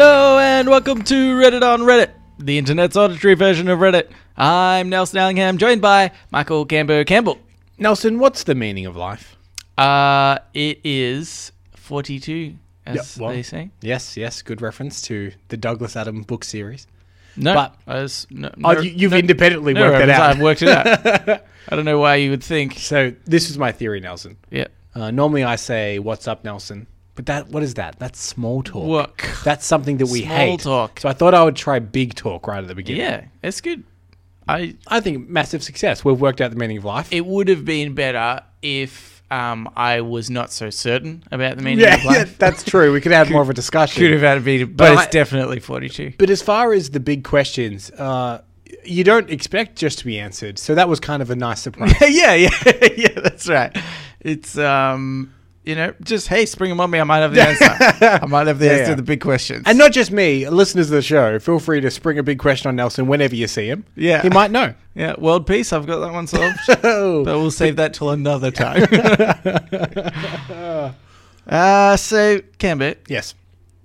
and welcome to Reddit on Reddit, the internet's auditory version of Reddit. I'm Nelson Allingham, joined by Michael Gambo Campbell. Nelson, what's the meaning of life? Uh, it is 42, as well- they say. Yes, yes, good reference to the Douglas Adam book series. No, But- I was- no, Oh, no- you, you've no- independently no worked that reference, out. I've worked it out. I don't know why you would think. So this is my theory, Nelson. Yeah. Uh, normally I say, "What's up, Nelson?" But that, what is that? That's small talk. Work. That's something that we Small hate. talk. So I thought I would try big talk right at the beginning. Yeah, it's good. I I think massive success. We've worked out the meaning of life. It would have been better if um, I was not so certain about the meaning yeah, of yeah, life. that's true. We could have more of a discussion. Could have had a bit, but I- it's definitely 42. But as far as the big questions, uh, you don't expect just to be answered. So that was kind of a nice surprise. yeah, yeah, yeah, that's right. It's, um, you know, just, hey, spring them on me. I might have the answer. I might have the Yeah, answer yeah. to the big questions. And not just me, listeners of the show, feel free to spring a big question on Nelson whenever you see him. Yeah. He might know. yeah, world peace. I've got that one solved. Oh. but we'll save that till another time. uh, so, Cambit, Yes.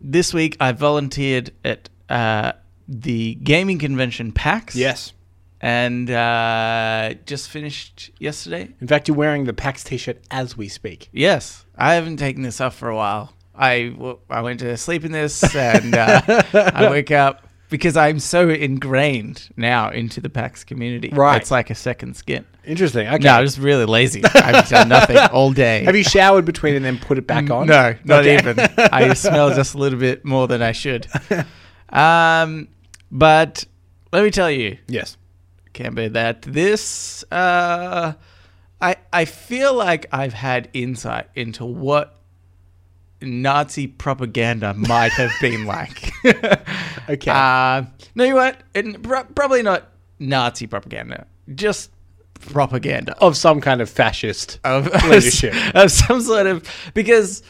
this week I volunteered at uh, the gaming convention PAX. Yes. and uh, just finished yesterday. In fact, you're wearing the PAX t shirt as we speak. Yes, I haven't taken this off for a while. I, w- I went to sleep in this and uh, I wake up because I'm so ingrained now into the PAX community. Right. It's like a second skin. Interesting. Okay. No, I'm just really lazy. I've done nothing all day. Have you showered between and then put it back on? Mm, No, not Okay. even. I smell just a little bit more than I should. Um, but let me tell you, Yes. Can't be that. This, uh, I I feel like I've had insight into what Nazi propaganda might have been like. Okay. uh, no, you know what? And pro- probably not Nazi propaganda, just propaganda of some kind of fascist. of Leadership. of some sort of because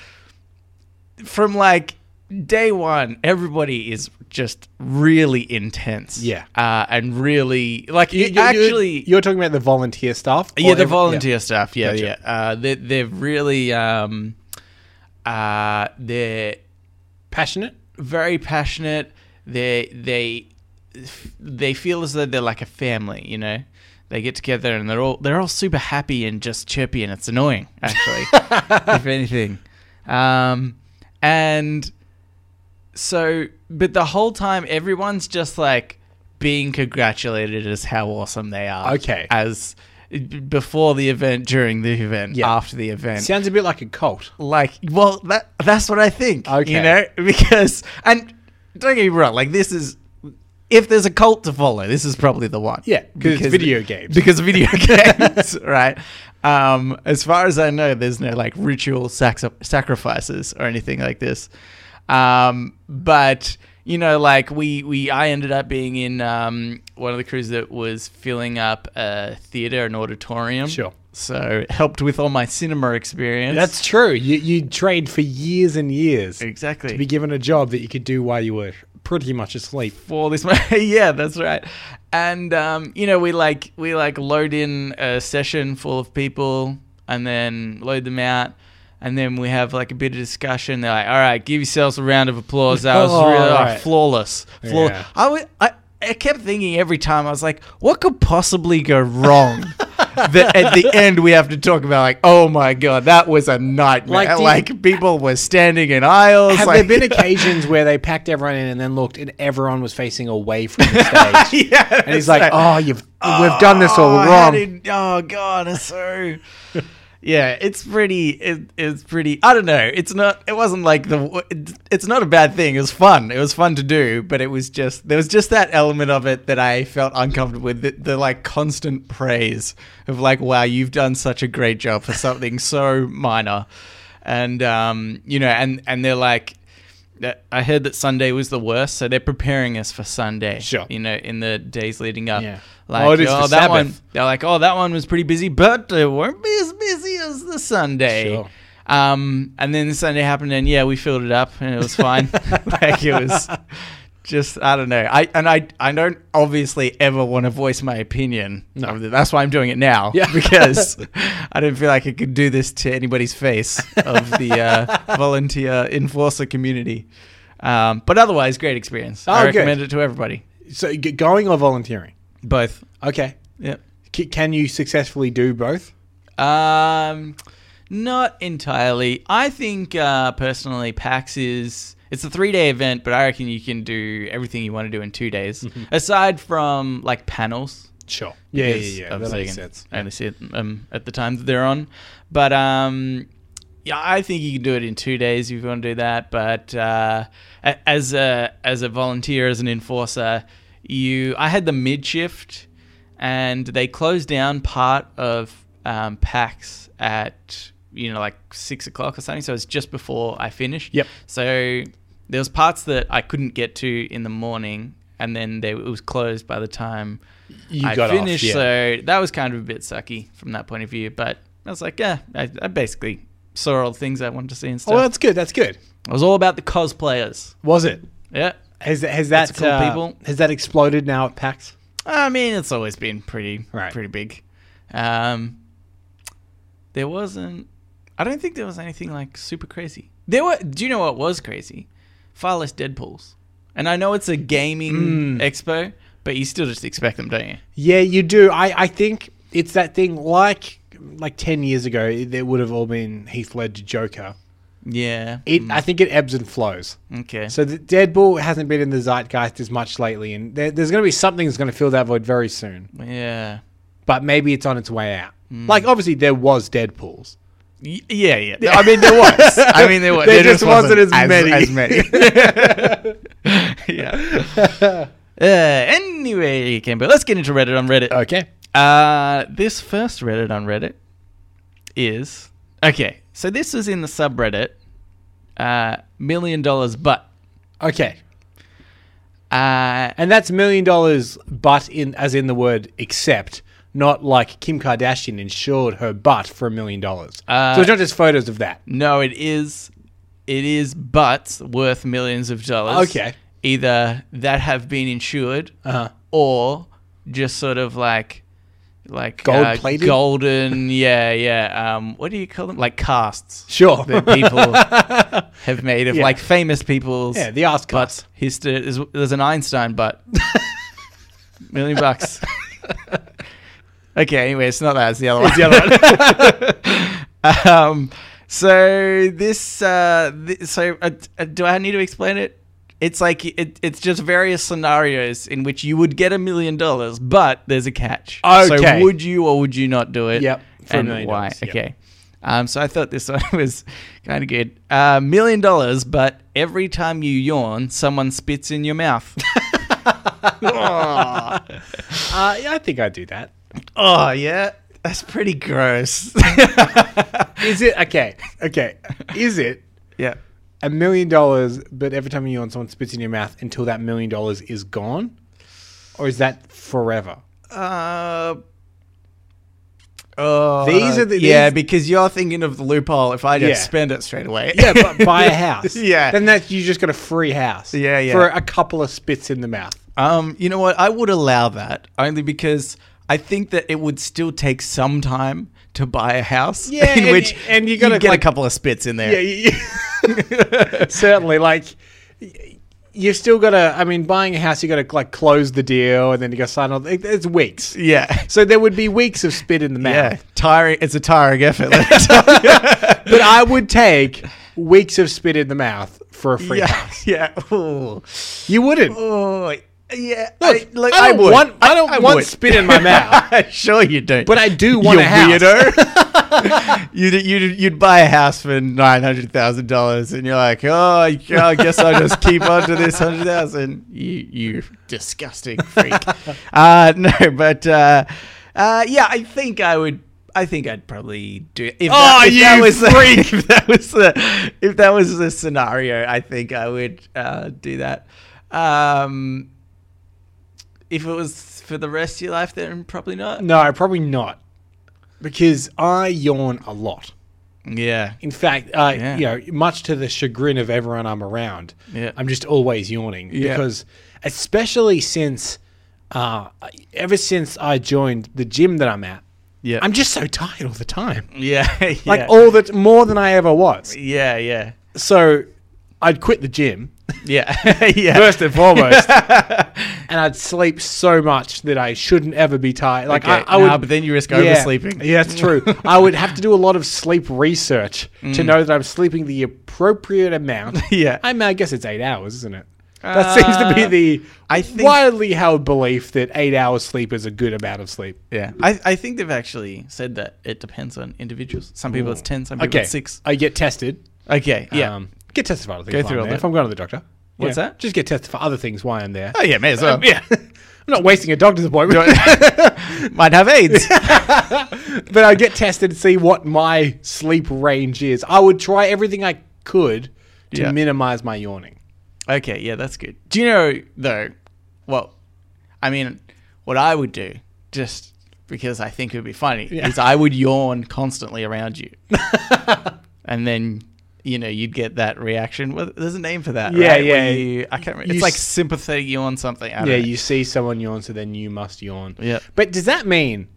from like day one everybody is just really intense Yeah. uh, and really like You- it you- you- actually You're talking about the volunteer staff? yeah, Or the every- volunteer staff. Yeah, Gotcha. yeah. Uh, they, they're really, um, uh, they're Passionate? very passionate. They they they feel as though they're like a family. You know, they get together and they're all they're all super happy and just chirpy, and it's annoying actually, if anything. Um, and so, but the whole time, everyone's just like being congratulated as how awesome they are. Okay. As before the event, during the event, Yeah. after the event. Sounds a bit like a cult. like, well, that that's what I think. You Okay. know, because and don't get me wrong, like this is. If there's a cult to follow, this is probably the one. Yeah, 'cause it's video games. Because video games, right? Um, as far as I know, there's no like ritual sac- sacrifices or anything like this. Um, but you know, like we we I ended up being in um, one of the crews that was filling up a theater, an auditorium. Sure. So it helped with all my cinema experience. That's true. You, you trained for years and years exactly to be given a job that you could do while you were pretty much asleep. for this month. yeah, that's right. And um, you know, we like we like load in a session full of people and then load them out. And then we have like a bit of discussion. They're like, "All right, give yourselves a round of applause. That was Oh, really all like, right. flawless." Flaw- Yeah. I wa- I- I kept thinking every time I was like, "What could possibly go wrong?" that at the end we have to talk about like, "Oh my god, that was a nightmare." Like, Like, do you- people were standing in aisles. Have like, there been occasions where they packed everyone in and then looked and everyone was facing away from the stage? yeah, and he's that's like, right. "Oh, you've we've done this all Oh, how wrong." did- oh god, it's so. yeah, it's pretty. It, it's pretty. I don't know. It's not. It wasn't like the. It, it's not a bad thing. It was fun. It was fun to do, but it was just there was just that element of it that I felt uncomfortable with. The, the like constant praise of like, wow, you've done such a great job for something so minor, and um, you know, and and they're like. that- I heard that Sunday was the worst, so they're preparing us for Sunday. Sure. you know, in the days leading up. Yeah. Like, Oh, oh, it is the that Sabbath. one. They're like, oh, that one was pretty busy, but it weren't be as busy as the Sunday. Sure. Um, and then the Sunday happened, and yeah, we filled it up, and it was fine. like it was just, I don't know. I and I, I don't obviously ever want to voice my opinion. No. of it. that's why I'm doing it now. Yeah. because I don't feel like I could do this to anybody's face of the uh, volunteer enforcer community. Um, but otherwise, great experience. Oh, I good. recommend it to everybody. So g- going or volunteering? Both. Okay. Yep. C- can you successfully do both? Um, not entirely. I think uh, personally, PAX is it's a three day event, but I reckon you can do everything you want to do in two days, aside from like panels. Sure. Yeah, yeah, because yeah. That obviously makes you can sense. Only see it um, at the time that they're on, but um, yeah, I think you can do it in two days if you want to do that. But uh, a- as a as a volunteer, as an enforcer, you I had the mid shift, and they closed down part of um, PAX at you know like six o'clock or something. So it's just before I finished. Yep. So there was parts that I couldn't get to in the morning, and then they, it was closed by the time You I got off, finished, uh, yeah. so that was kind of a bit sucky from that point of view. But I was like, yeah, I, I basically saw all the things I wanted to see and stuff. Oh, that's good. That's good. it was all about the cosplayers. Was it? Yeah, Has has that That's cool, uh, people. has that exploded now at PAX? I mean, it's always been pretty, Right. pretty big. Um, there wasn't. I don't think there was anything like super crazy. There were. Do you know what was crazy? Far less Deadpool's. And I know it's a Mm. gaming expo, but you still just expect them, don't you? Yeah, you do. I, I think it's that thing like like ten years ago, there would have all been Heath Ledger Joker. Yeah. It I think it ebbs and flows. okay. So the Deadpool hasn't been in the zeitgeist as much lately, and there, there's going to be something that's going to fill that void very soon. yeah. But maybe it's on its way out. Like obviously there was Deadpools. Y- Yeah, yeah. I mean, there was. I mean, there was. There just wasn't as many. yeah. Uh, anyway, Kimber, let's get into Reddit on Reddit. Okay. Uh, this first Reddit on Reddit is okay. So this was in the subreddit, uh, million dollars, but Okay. uh, And that's million dollars, but in as in the word except, not like Kim Kardashian insured her butt for a million dollars. Uh, So it's not just photos of that. no, it is, it is butts worth millions of dollars. Okay. Either that have been insured, Uh-huh. or just sort of like like uh, Gold-plated? golden yeah yeah um what do you call them like casts Sure. that people have made of Yeah. like famous people's yeah, the ass butts cuts. history there's, there's an einstein butt million bucks okay anyway it's not that it's the other one The other one. um so this uh th- so uh, uh, do i need to explain it it's like it, it's just various scenarios in which you would get a million dollars but there's a catch Okay. so would you or would you not do it Yep, for a and million why dollars, yep. okay um so i thought this one was kind of good uh million dollars but every time you yawn someone spits in your mouth Uh, yeah, I think I do that. oh yeah that's pretty gross Is it okay? Okay. Is it yeah a million dollars, but every time you yawn, someone spits in your mouth until that million dollars is gone, or is that forever? Uh, oh, These are the- yeah, these- because you're thinking of the loophole. If I just Yeah. spend it straight away, Yeah, but buy a house. Yeah. Then that you just got a free house. Yeah, yeah. For a couple of spits in the mouth. um, you know what? I would allow that only because I think that it would still take some time to buy a house. Yeah, in and- which and you you'd gotta, get like- a couple of spits in there. Yeah, you, certainly. Like, y- you've still got to. I mean, buying a house, you got to like close the deal, and then you got to sign on. It, it's weeks. yeah, So there would be weeks of spit in the mouth. yeah. Tiring. It's a tiring effort. But I would take weeks of spit in the mouth for a free yeah, house. yeah. Ooh. You wouldn't. Oh, yeah. Look, I don't want. I don't want would. spit in my mouth. sure you do. But I do want you a house. weirdo. you'd, you'd, you'd buy a house for nine hundred thousand dollars, and you're like, oh, I I guess I'll just keep on to this hundred thousand. You, you disgusting freak. uh, no, but uh, uh, yeah, I think I would. I think I'd probably do if Oh, if that you was The, if that was the if that was the scenario, I think I would uh, do that. Um, if it was for the rest of your life, then probably not. No, probably not, because I yawn a lot. Yeah. In fact, uh, Yeah. you know, much to the chagrin of everyone I'm around, Yeah. I'm just always yawning Yeah. because, especially since, uh, ever since I joined the gym that I'm at, Yeah. I'm just so tired all the time, yeah. yeah. like all that more than I ever was. yeah. Yeah. So I'd quit the gym Yeah. yeah. first and foremost, and I'd sleep so much that I shouldn't ever be tired. Like Okay, I, I nah, would, but then you risk yeah. oversleeping. Yeah, that's true. I would have to do a lot of sleep research to know that I'm sleeping the appropriate amount. Mm. Yeah. I mean, I guess it's eight hours, isn't it? That seems to be Uh, the I think- widely held belief that eight hours sleep is a good amount of sleep. Yeah. I, I think they've actually said that it depends on individuals. Some people it's 10, some people Okay, it's 6. I get tested. Okay. Yeah. um, get tested for other things. Go while through I'm all there. that. If I'm going to the doctor, What's Yeah. that? Just get tested for other things while I'm there. oh, yeah. May as well. yeah, I'm not wasting a doctor's appointment. Might have AIDS. but I get tested to see what my sleep range is. I would try everything I could to Yeah. minimize my yawning. Okay, yeah, that's good. Do you know though? Well, I mean, what I would do just because I think it would be funny Yeah. is I would yawn constantly around you, and then you know you'd get that reaction. Well, there's a name for that, Yeah, right? Where yeah. you- I can't remember. You It's like s- sympathetic yawn something. I don't Yeah, know. you see someone yawn, so then you must yawn. Yeah. But does that mean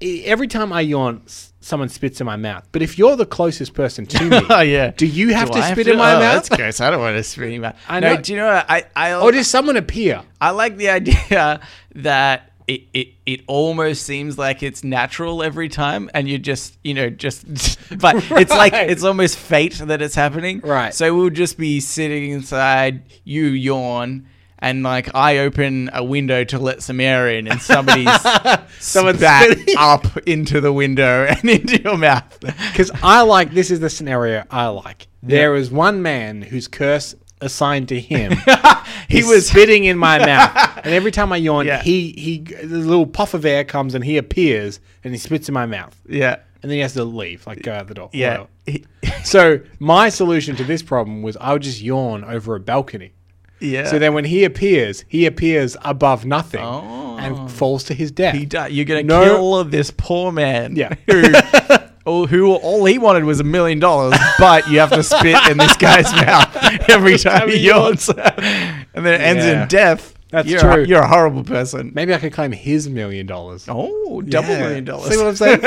e- every time I yawn, s- someone spits in my mouth? But if you're the closest person to me, Oh yeah. do you have Do to I spit in my Oh, mouth? That's gross. I don't want to spit in your mouth. I no, know. do you know? what? I I or does someone appear? I like the idea that it, it, it almost seems like it's natural every time and you just you know just but it's like Right. it's almost fate that it's happening Right. so we'll just be sitting inside you yawn and like i open a window to let some air in and somebody's Someone's someone's back spitting. up into the window and into your mouth Because I like this is the scenario I like. There is one man whose curse assigned to him. he He's was spitting in my mouth, and every time I yawn, Yeah. he he the little puff of air comes and he appears and he spits in my mouth, yeah and then he has to leave, like go out the door. yeah Whatever. He- So my solution to this problem was I would just yawn over a balcony. yeah So then when he appears, he appears above nothing Oh. and falls to his death. He di- You're gonna No- kill this poor man. Yeah. Who, all- who all he wanted was a million dollars, but you have to spit in this guy's mouth every time Every he yawns, and then it ends Yeah. in death. That's you're true. A, you're a horrible person. Maybe I could claim his million dollars. Oh, double Yeah. million dollars. See what I'm saying?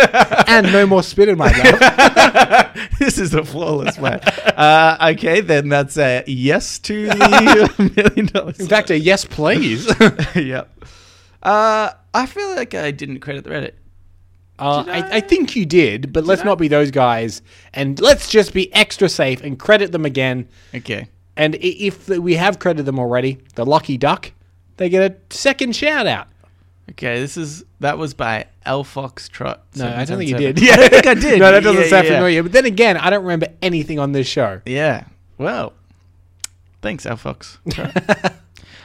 and no more spit in my mouth. this is a flawless plan. Uh, okay, then that's a yes to the million dollars. In fact, a yes, please. yep. Uh, I feel like I didn't credit the Reddit. Uh, Did I- I, I think you did, but let's I? not be those guys. And let's just be extra safe and credit them again. Okay. And i- if we have credited them already, the lucky duck, they get a second shout out. Okay, this is that was by L Foxtrot. No, I don't think you 777. did. I think I did. no, that doesn't Yeah, sound yeah, yeah. familiar. But then again, I don't remember anything on this show. Yeah. Well, thanks, L Fox. uh,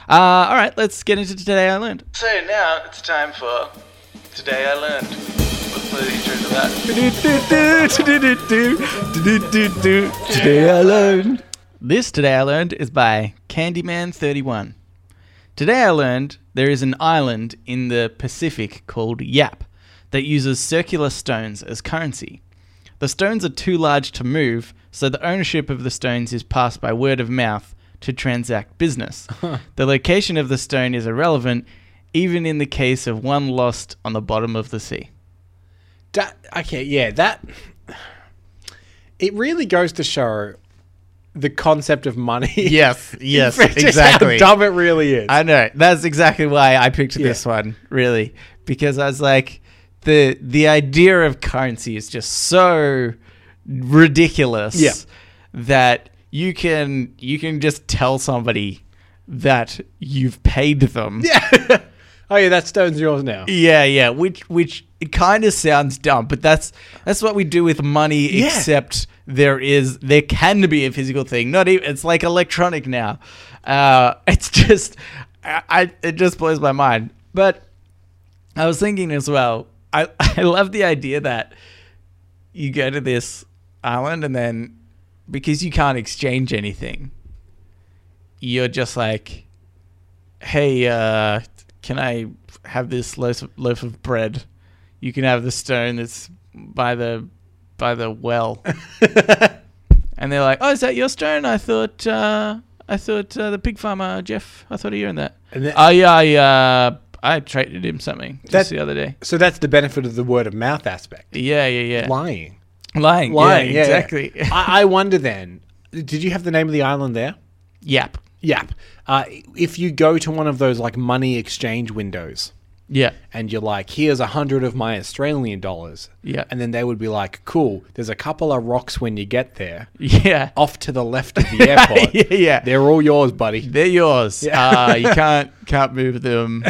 all right, let's get into today I learned. So now it's time for today I learned. What's the intro to that? Today I learned. This today I learned is by Candyman31. Today I learned there is an island in the Pacific called Yap that uses circular stones as currency. The stones are too large to move, so the ownership of the stones is passed by word of mouth to transact business. the location of the stone is irrelevant, even in the case of one lost on the bottom of the sea. That, okay, yeah, that. It really goes to show the concept of money. Yes, yes, Just how dumb it really is. I know. That's exactly why I picked this Yeah. one, really, because I was like, the the idea of currency is just so ridiculous Yeah. that you can you can just tell somebody that you've paid them. yeah. oh, yeah, that stone's yours now. Yeah, yeah, which which it kind of sounds dumb, but that's that's what we do with money. Yeah. Except there is there can be a physical thing. Not even it's like electronic now. Uh, it's just I, I it just blows my mind. But I was thinking as well. I I love the idea that you go to this island and then because you can't exchange anything, you're just like hey, uh, can I have this loaf of, loaf of bread? You can have the stone that's by the by the well. and they're like, oh, is that your stone? I thought uh, I thought uh, the pig farmer Jeff. I thought he owned that. And the- oh yeah, I uh, I traded him something just That- the other day. So that's the benefit of the word of mouth aspect. Yeah, yeah, yeah. Lying. Lying, Lying. yeah, exactly. I, I wonder then, did you have the name of the island there? Yap. Yap. Uh, if you go to one of those like money exchange windows Yeah. and you're like, here's a hundred of my Australian dollars. Yeah. And then they would be like, cool, there's a couple of rocks when you get there. Yeah. Off to the left of the airport. yeah, yeah. They're all yours, buddy. They're yours. Uh, you can't can't move them.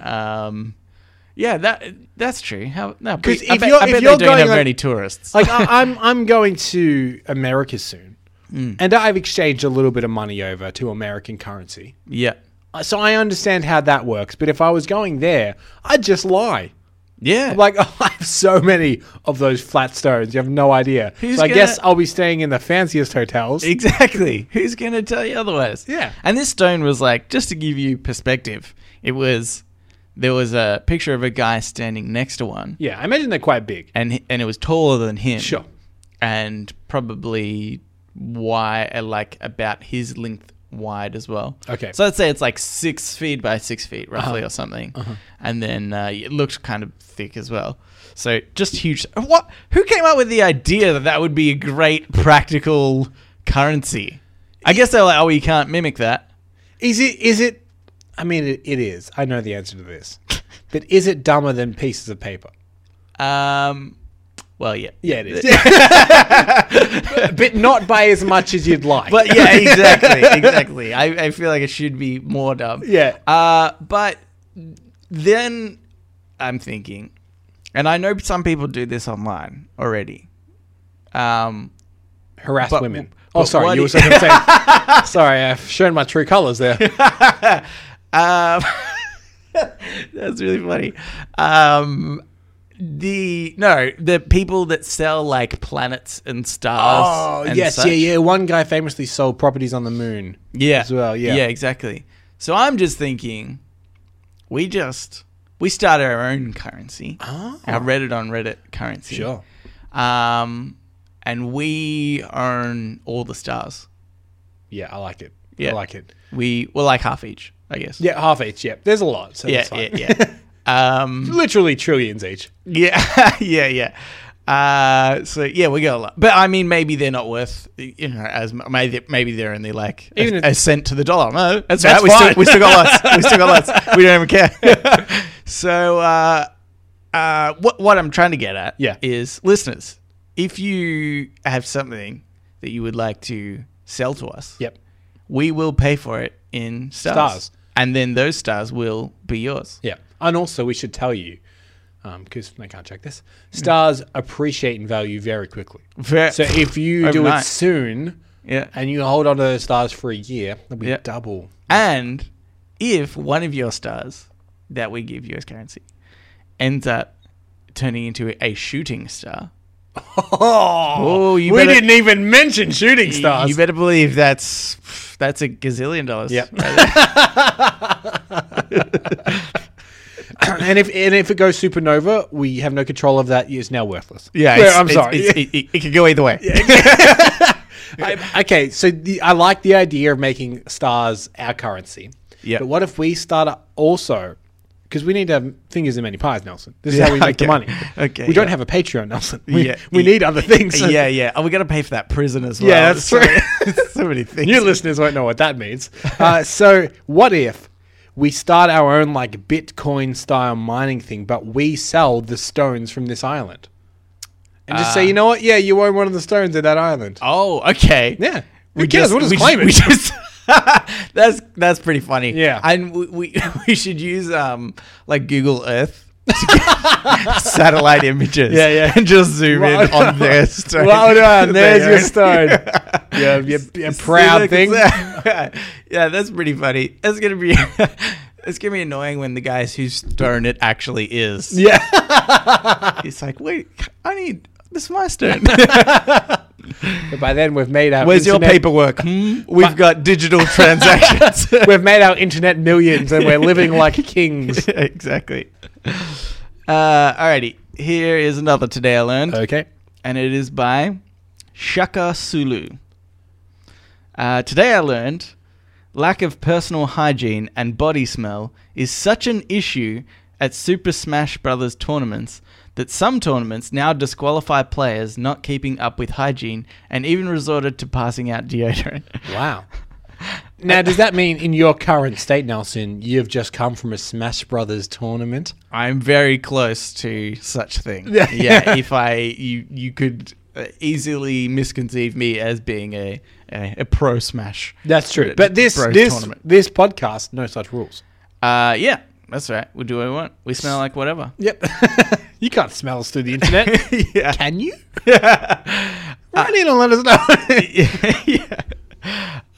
um, yeah, that that's true. How no, but 'Cause I if bet, you're- I if bet you're they don't going have like- many tourists. like I, I'm I'm going to America soon, Mm. and I've exchanged a little bit of money over to American currency, yeah, Uh, so I understand how that works. But if I was going there, I'd just lie. yeah. I'm like, oh, I have so many of those flat stones. You have no idea. Who's so I gonna- guess I'll be staying in the fanciest hotels. Exactly. Who's going to tell you otherwise? Yeah. And this stone was like, just to give you perspective, it was there was a picture of a guy standing next to one, yeah, I imagine they're quite big. and he- and it was taller than him. Sure. And probably wide, like about his length wide as well. Okay. Uh-huh. So I'd say it's like six feet by six feet, roughly, or something. And then uh, it looked kind of thick as well. So just huge. What? Who came up with the idea that that would be a great practical currency? I guess they're like, oh, you can't mimic that. Is it? Is it? I mean, it, it is. I know the answer to this, but is it dumber than pieces of paper? Um, well, yeah. Yeah, it is. but not by as much as you'd like. But yeah, exactly, exactly. I, I feel like it should be more dumb. Yeah. Uh, but then I'm thinking, and I know some people do this online already. Um, harass But- women. but oh, sorry, what you were is- saying. sorry, I've shown my true colors there. Um, that's really funny. Um, the no, the people that sell like planets and stars. and Oh, yes, such. yeah, yeah. One guy famously sold properties on the moon. yeah, as well, yeah. yeah, exactly. So I'm just thinking, we just we start our own currency, Oh. our Reddit on Reddit currency, Sure. Um, and we own all the stars. Yeah, I like it. Yeah. I like it. We well, like half each, I guess. Yeah, half each. Yeah, there's a lot. So yeah, that's yeah, fine. yeah. um, Literally trillions each. Yeah, yeah, yeah. Uh, so yeah, we got a lot, but I mean, maybe they're not worth you know as mu- maybe maybe they're only like a, Even if- a cent to the dollar. No, that's, right. That's We still, fine. we still got lots. We still got lots. We don't even care. so uh, uh, what what I'm trying to get at Yeah. is listeners, if you have something that you would like to sell to us, Yep. we will pay for it in stars, Stars. and then those stars will be yours. Yeah. And also, we should tell you, because I can't check this, stars appreciate in value very quickly. Ver- So if you do Overnight. it soon yeah. and you hold on to those stars for a year, they'll be Yeah. double. And if one of your stars that we give you as currency ends up turning into a shooting star, Oh, you we better- didn't even mention shooting stars. you better believe that's that's a gazillion dollars. Yep. and if and if it goes supernova, we have no control of that. It's now worthless. Yeah, Well, it's- I'm it's- sorry. it's- it, it- it could go either way. I- okay, so the, I like the idea of making stars our currency. Yeah. But what if we start a- also? Because we need to have fingers in many pies, Nelson. This is Yeah, how we make the okay. money. Okay, We don't yeah. have a Patreon, Nelson. We, Yeah. we need other things. Yeah, yeah. And we got to pay for that prison as well. Yeah, that's so, right. so many things. New listeners won't know what that means. Uh, so, what if we start our own like Bitcoin style mining thing, but we sell the stones from this island, and just say, you know what? Yeah, you own one of the stones in that island. Oh, okay. Yeah. Who cares? We'll Uh, just claim it. we just- that's that's pretty funny. Yeah. and we, we we should use um like Google Earth to get satellite images. Yeah, yeah. and just zoom in Well on their stone. Well done. There's They your own. stone. yeah, you, you See, proud look, thing. it's- yeah, that's pretty funny. That's gonna be. It's gonna be annoying when the guys whose stone it actually is. Yeah. It's like, wait, I need this is my stone. But by then we've made our Where's your internet- paperwork? Hmm? We've got digital transactions. We've made our internet millions and we're living like kings. exactly. Uh, alrighty. Here is another Today I Learned, Okay. and it is by Shaka Sulu. Uh, today I learned lack of personal hygiene and body smell is such an issue at Super Smash Bros. tournaments that some tournaments now disqualify players not keeping up with hygiene and even resorted to passing out deodorant. Wow. Now, does that mean in your current state, Nelson, you've just come from a Smash Brothers tournament? I'm very close to such thing. yeah, if I you you could uh, easily misconceive me as being a a, a pro Smash. That's true. Bro- But this bro this tournament. this podcast, no such rules. Uh, yeah, that's right. We do what we want. We smell like whatever. Yep. you can't smell us through the internet, yeah. can you? Write in and let us know. yeah.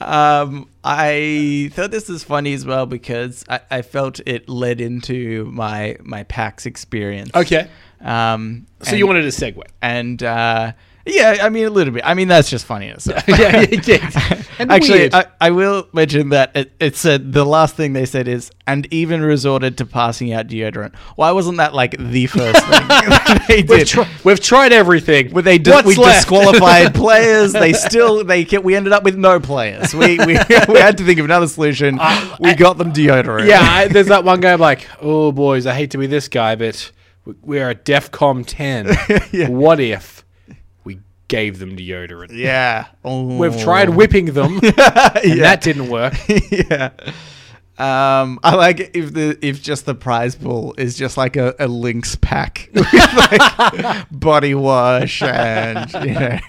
Um, I thought this was funny as well because I, I felt it led into my my PAX experience. okay. Um, So and, you wanted a segue. and uh, yeah, I mean a little bit. I mean that's just funny in itself. yeah, yeah, yeah. And Actually, weird. I, I will mention that it, it said the last thing they said is, and even resorted to passing out deodorant. Why wasn't that like the first thing they We've, did? tri- we've tried everything. Well, they did, What's we left? disqualified players. They still they ca- we ended up with no players. We we, we had to think of another solution. we got them deodorant. Uh, yeah, I, there's that one guy I'm like, oh boys, I hate to be this guy, but we- we're a DEFCON 10. Yeah. What if we gave them deodorant? yeah. Oh. We've tried whipping them, and that didn't work. yeah. Um, I like it if the if just the prize pool is just like a, a Lynx pack, with, like, body wash and you know.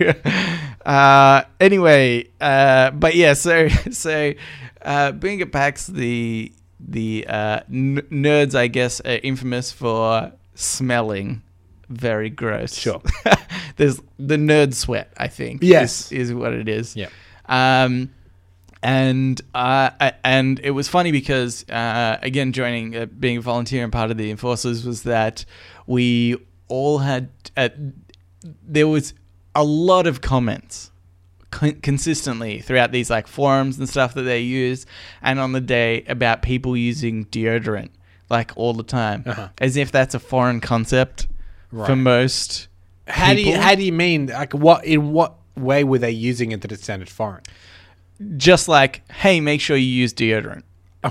Uh, anyway, uh, but yeah, so so uh, being at PAX, the the uh, n- nerds, I guess, are infamous for smelling very gross. Sure. there's the nerd sweat. I think. is- Yes. is what it is. Yeah. Um, and uh, I- and it was funny because uh, again, joining uh, being a volunteer and part of the enforcers was that we all had uh, there was a lot of comments con- consistently throughout these like forums and stuff that they use and on the day about people using deodorant like all the time Uh-huh. as if that's a foreign concept for Right. most How do you people. how do you mean? Like, what in what way were they using it that it sounded foreign? just like hey make sure you use deodorant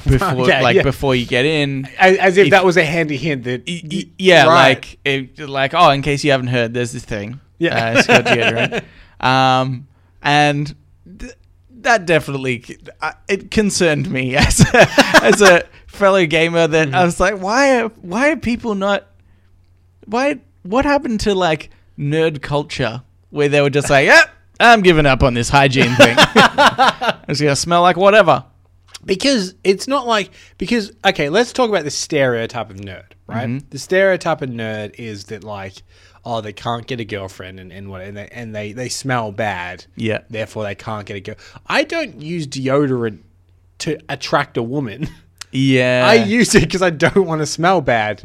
before Okay, like yeah. before you get in As, as if that was a handy hint that Y- y- yeah, Right. like it, like oh, in case you haven't heard, there's this thing. Yeah. uh, it's called deodorant. um, and th- that definitely c- I- it concerned me as a, as a fellow gamer Mm-hmm. that I was like, why are why are people not why what happened to like nerd culture where they were just like, yeah, I'm giving up on this hygiene thing. it's gonna smell like whatever. because it's not like because okay let's talk about the stereotype of nerd right Mm-hmm. the stereotype of nerd is that like oh they can't get a girlfriend and, and what and they and they, they smell bad Yeah. therefore they can't get a girl i don't use deodorant to attract a woman Yeah, Mm. i use it because i don't want to smell bad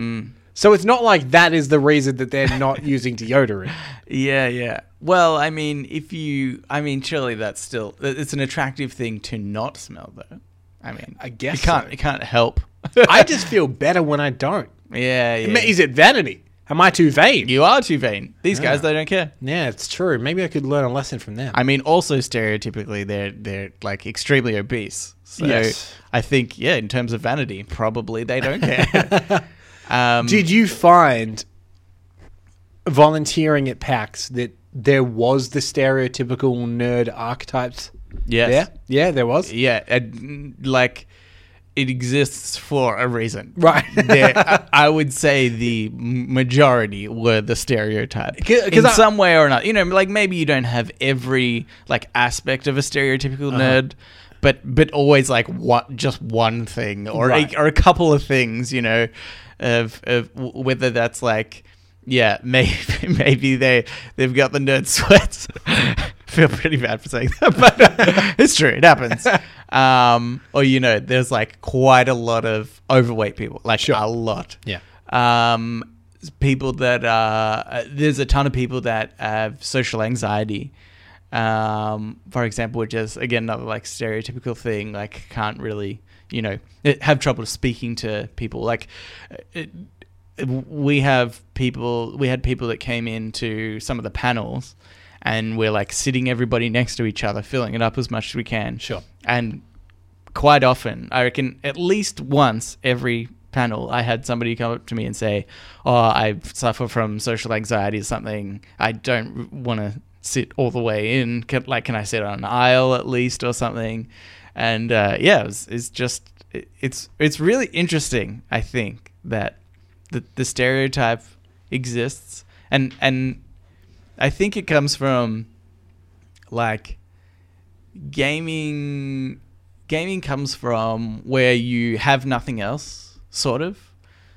so it's not like that is the reason that they're not using deodorant Yeah, yeah. Well, I mean, if you, I mean, surely that's still it's an attractive thing to not smell, though. I mean, I guess you can't so. you can't help. i just feel better when i don't yeah, yeah. is it vanity am i too vain you are too vain. These guys, they don't care. yeah it's true maybe i could learn a lesson from them I mean, also stereotypically, they're they're like extremely obese. So Yes. I think, yeah, in terms of vanity, probably they don't care. um, Did you find volunteering at PAX that there was the stereotypical nerd archetypes? yes. Yeah, yeah, there was. Yeah, and, mm, like it exists for a reason. Right. There- I, I would say the m- majority were the stereotype 'Cause- 'cause in I- some way or another. You know, like maybe you don't have every like aspect of a Uh-huh. stereotypical nerd, but but always like what just one thing or Right. a, or a couple of things. You know, of of w- whether that's like. Yeah, maybe maybe they they've got the nerd sweats. Feel pretty bad for saying that, but uh, it's true. It happens. Um, or you know, there's like quite a lot of overweight people, like a lot. Yeah. Um, s- people that uh, uh, there's a ton of people that have social anxiety. Um, for example, which is again another like stereotypical thing, like can't really, you know, eh, have trouble speaking to people. Like, eh, it, we have people we had people that came into some of the panels and we're like sitting everybody next to each other filling it up as much as we can Sure. and quite often i reckon at least once every panel, I had somebody come up to me and say, "Oh, I suffer from social anxiety or something. I don't want to sit all the way in. Can, like, can I sit on an aisle at least or something?" And uh, yeah, it was, it's just it, it's it's really interesting. I think that the the stereotype exists, and and I think it comes from like gaming gaming comes from where you have nothing else, sort of.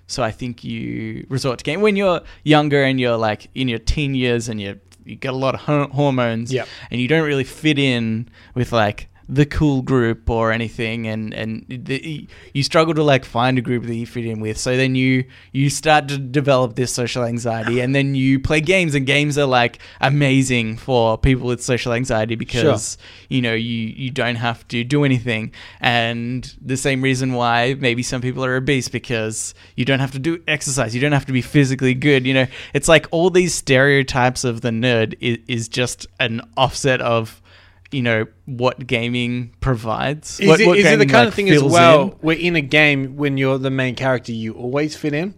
So I think you resort to game when you're younger and you're like in your teen years and you you get a lot of hor- hormones Yep. and you don't really fit in with like the cool group or anything and and the, you struggle to like find a group that you fit in with so then you you start to develop this social anxiety and then you play games and games are like amazing for people with social anxiety because you know you you don't have to do anything and the same reason why maybe some people are obese because you don't have to do exercise you don't have to be physically good you know it's like all these stereotypes of the nerd is, is just an offset of you know what gaming provides Is, what, it, what is it the gaming, kind of like, thing as fills well in. where in a game when you're the main character you always fit in?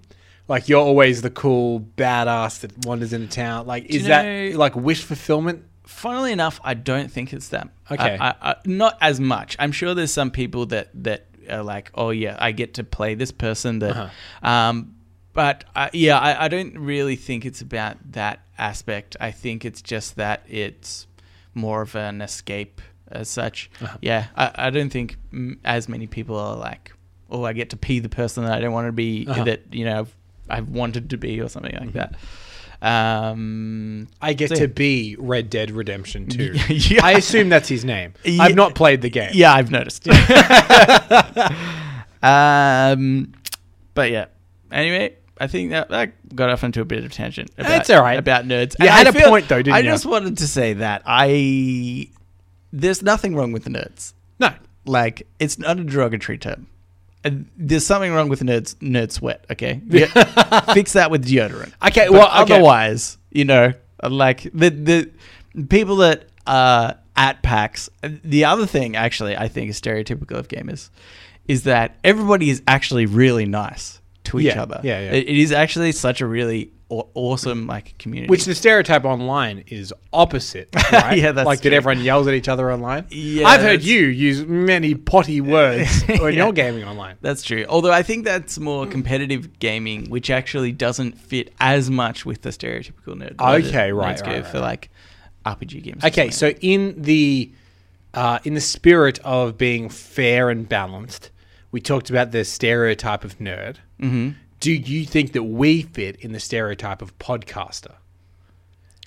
Like you're always the cool badass that wanders into town. Like is you that know- like wish fulfillment? funnily enough, I don't think it's that. Okay. I, I, I, not as much. I'm sure there's some people that that are like, oh yeah, I get to play this person that. Uh-huh. Um, but I, yeah, I, I don't really think it's about that aspect. I think it's just that it's more of an escape as such. Uh-huh. Yeah, I, I don't think mm, as many people are like, oh, I get to be the person that I don't want to be Uh-huh. Mm-hmm. that you know I've, I've wanted to be or something like that. Um, I get So, yeah. to be Red Dead Redemption 2. Yeah. I assume that's his name. Yeah. I've not played the game. Yeah, I've noticed. um, but yeah. Anyway, I think that, that got off into a bit of tangent. About, That's all right. About nerds. You And had I a point though, didn't I you? just wanted to say that I there's nothing wrong with nerds. No. Like it's not a derogatory term. And there's something wrong with nerds. Nerd sweat. Okay, yeah. fix that with deodorant. Okay, But well, okay. otherwise, you know, like the the people that are at PAX. The other thing, actually, I think is stereotypical of gamers, is that everybody is actually really nice to each Yeah, other. yeah, yeah. It, it is actually such a really aw- awesome like community. Which the stereotype online is opposite, right? Yeah, that's like that true. everyone yells at each other online. Yeah, I've heard that's- you use many potty words when Yeah. you're gaming online. That's true. Although I think that's more competitive gaming, which actually doesn't fit as much with the stereotypical nerd. Okay, right, nerds right, go right, for like RPG games. or Okay, something. so in the uh, in the spirit of being fair and balanced, we talked about the stereotype of nerd. Mm-hmm. Do you think that we fit in the stereotype of podcaster?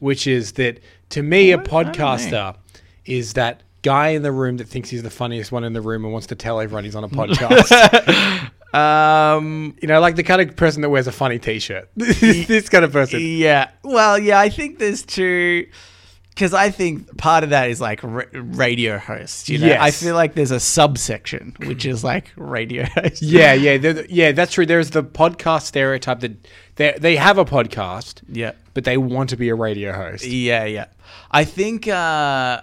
Which is that to me, a What? I don't know. podcaster is that guy in the room that thinks he's the funniest one in the room and wants to tell everyone he's on a podcast. Um, you know, like the kind of person that wears a funny T-shirt. this kind of person. yeah. Well, yeah. I think there's two. Because I think part of that is like ra- radio host. You know, Yes. I feel like there's a subsection which is like radio host. Yeah, yeah, they're the- yeah. That's true. There's the podcast stereotype that they they have a podcast. Yeah. but they want to be a radio host. Yeah, yeah. I think uh,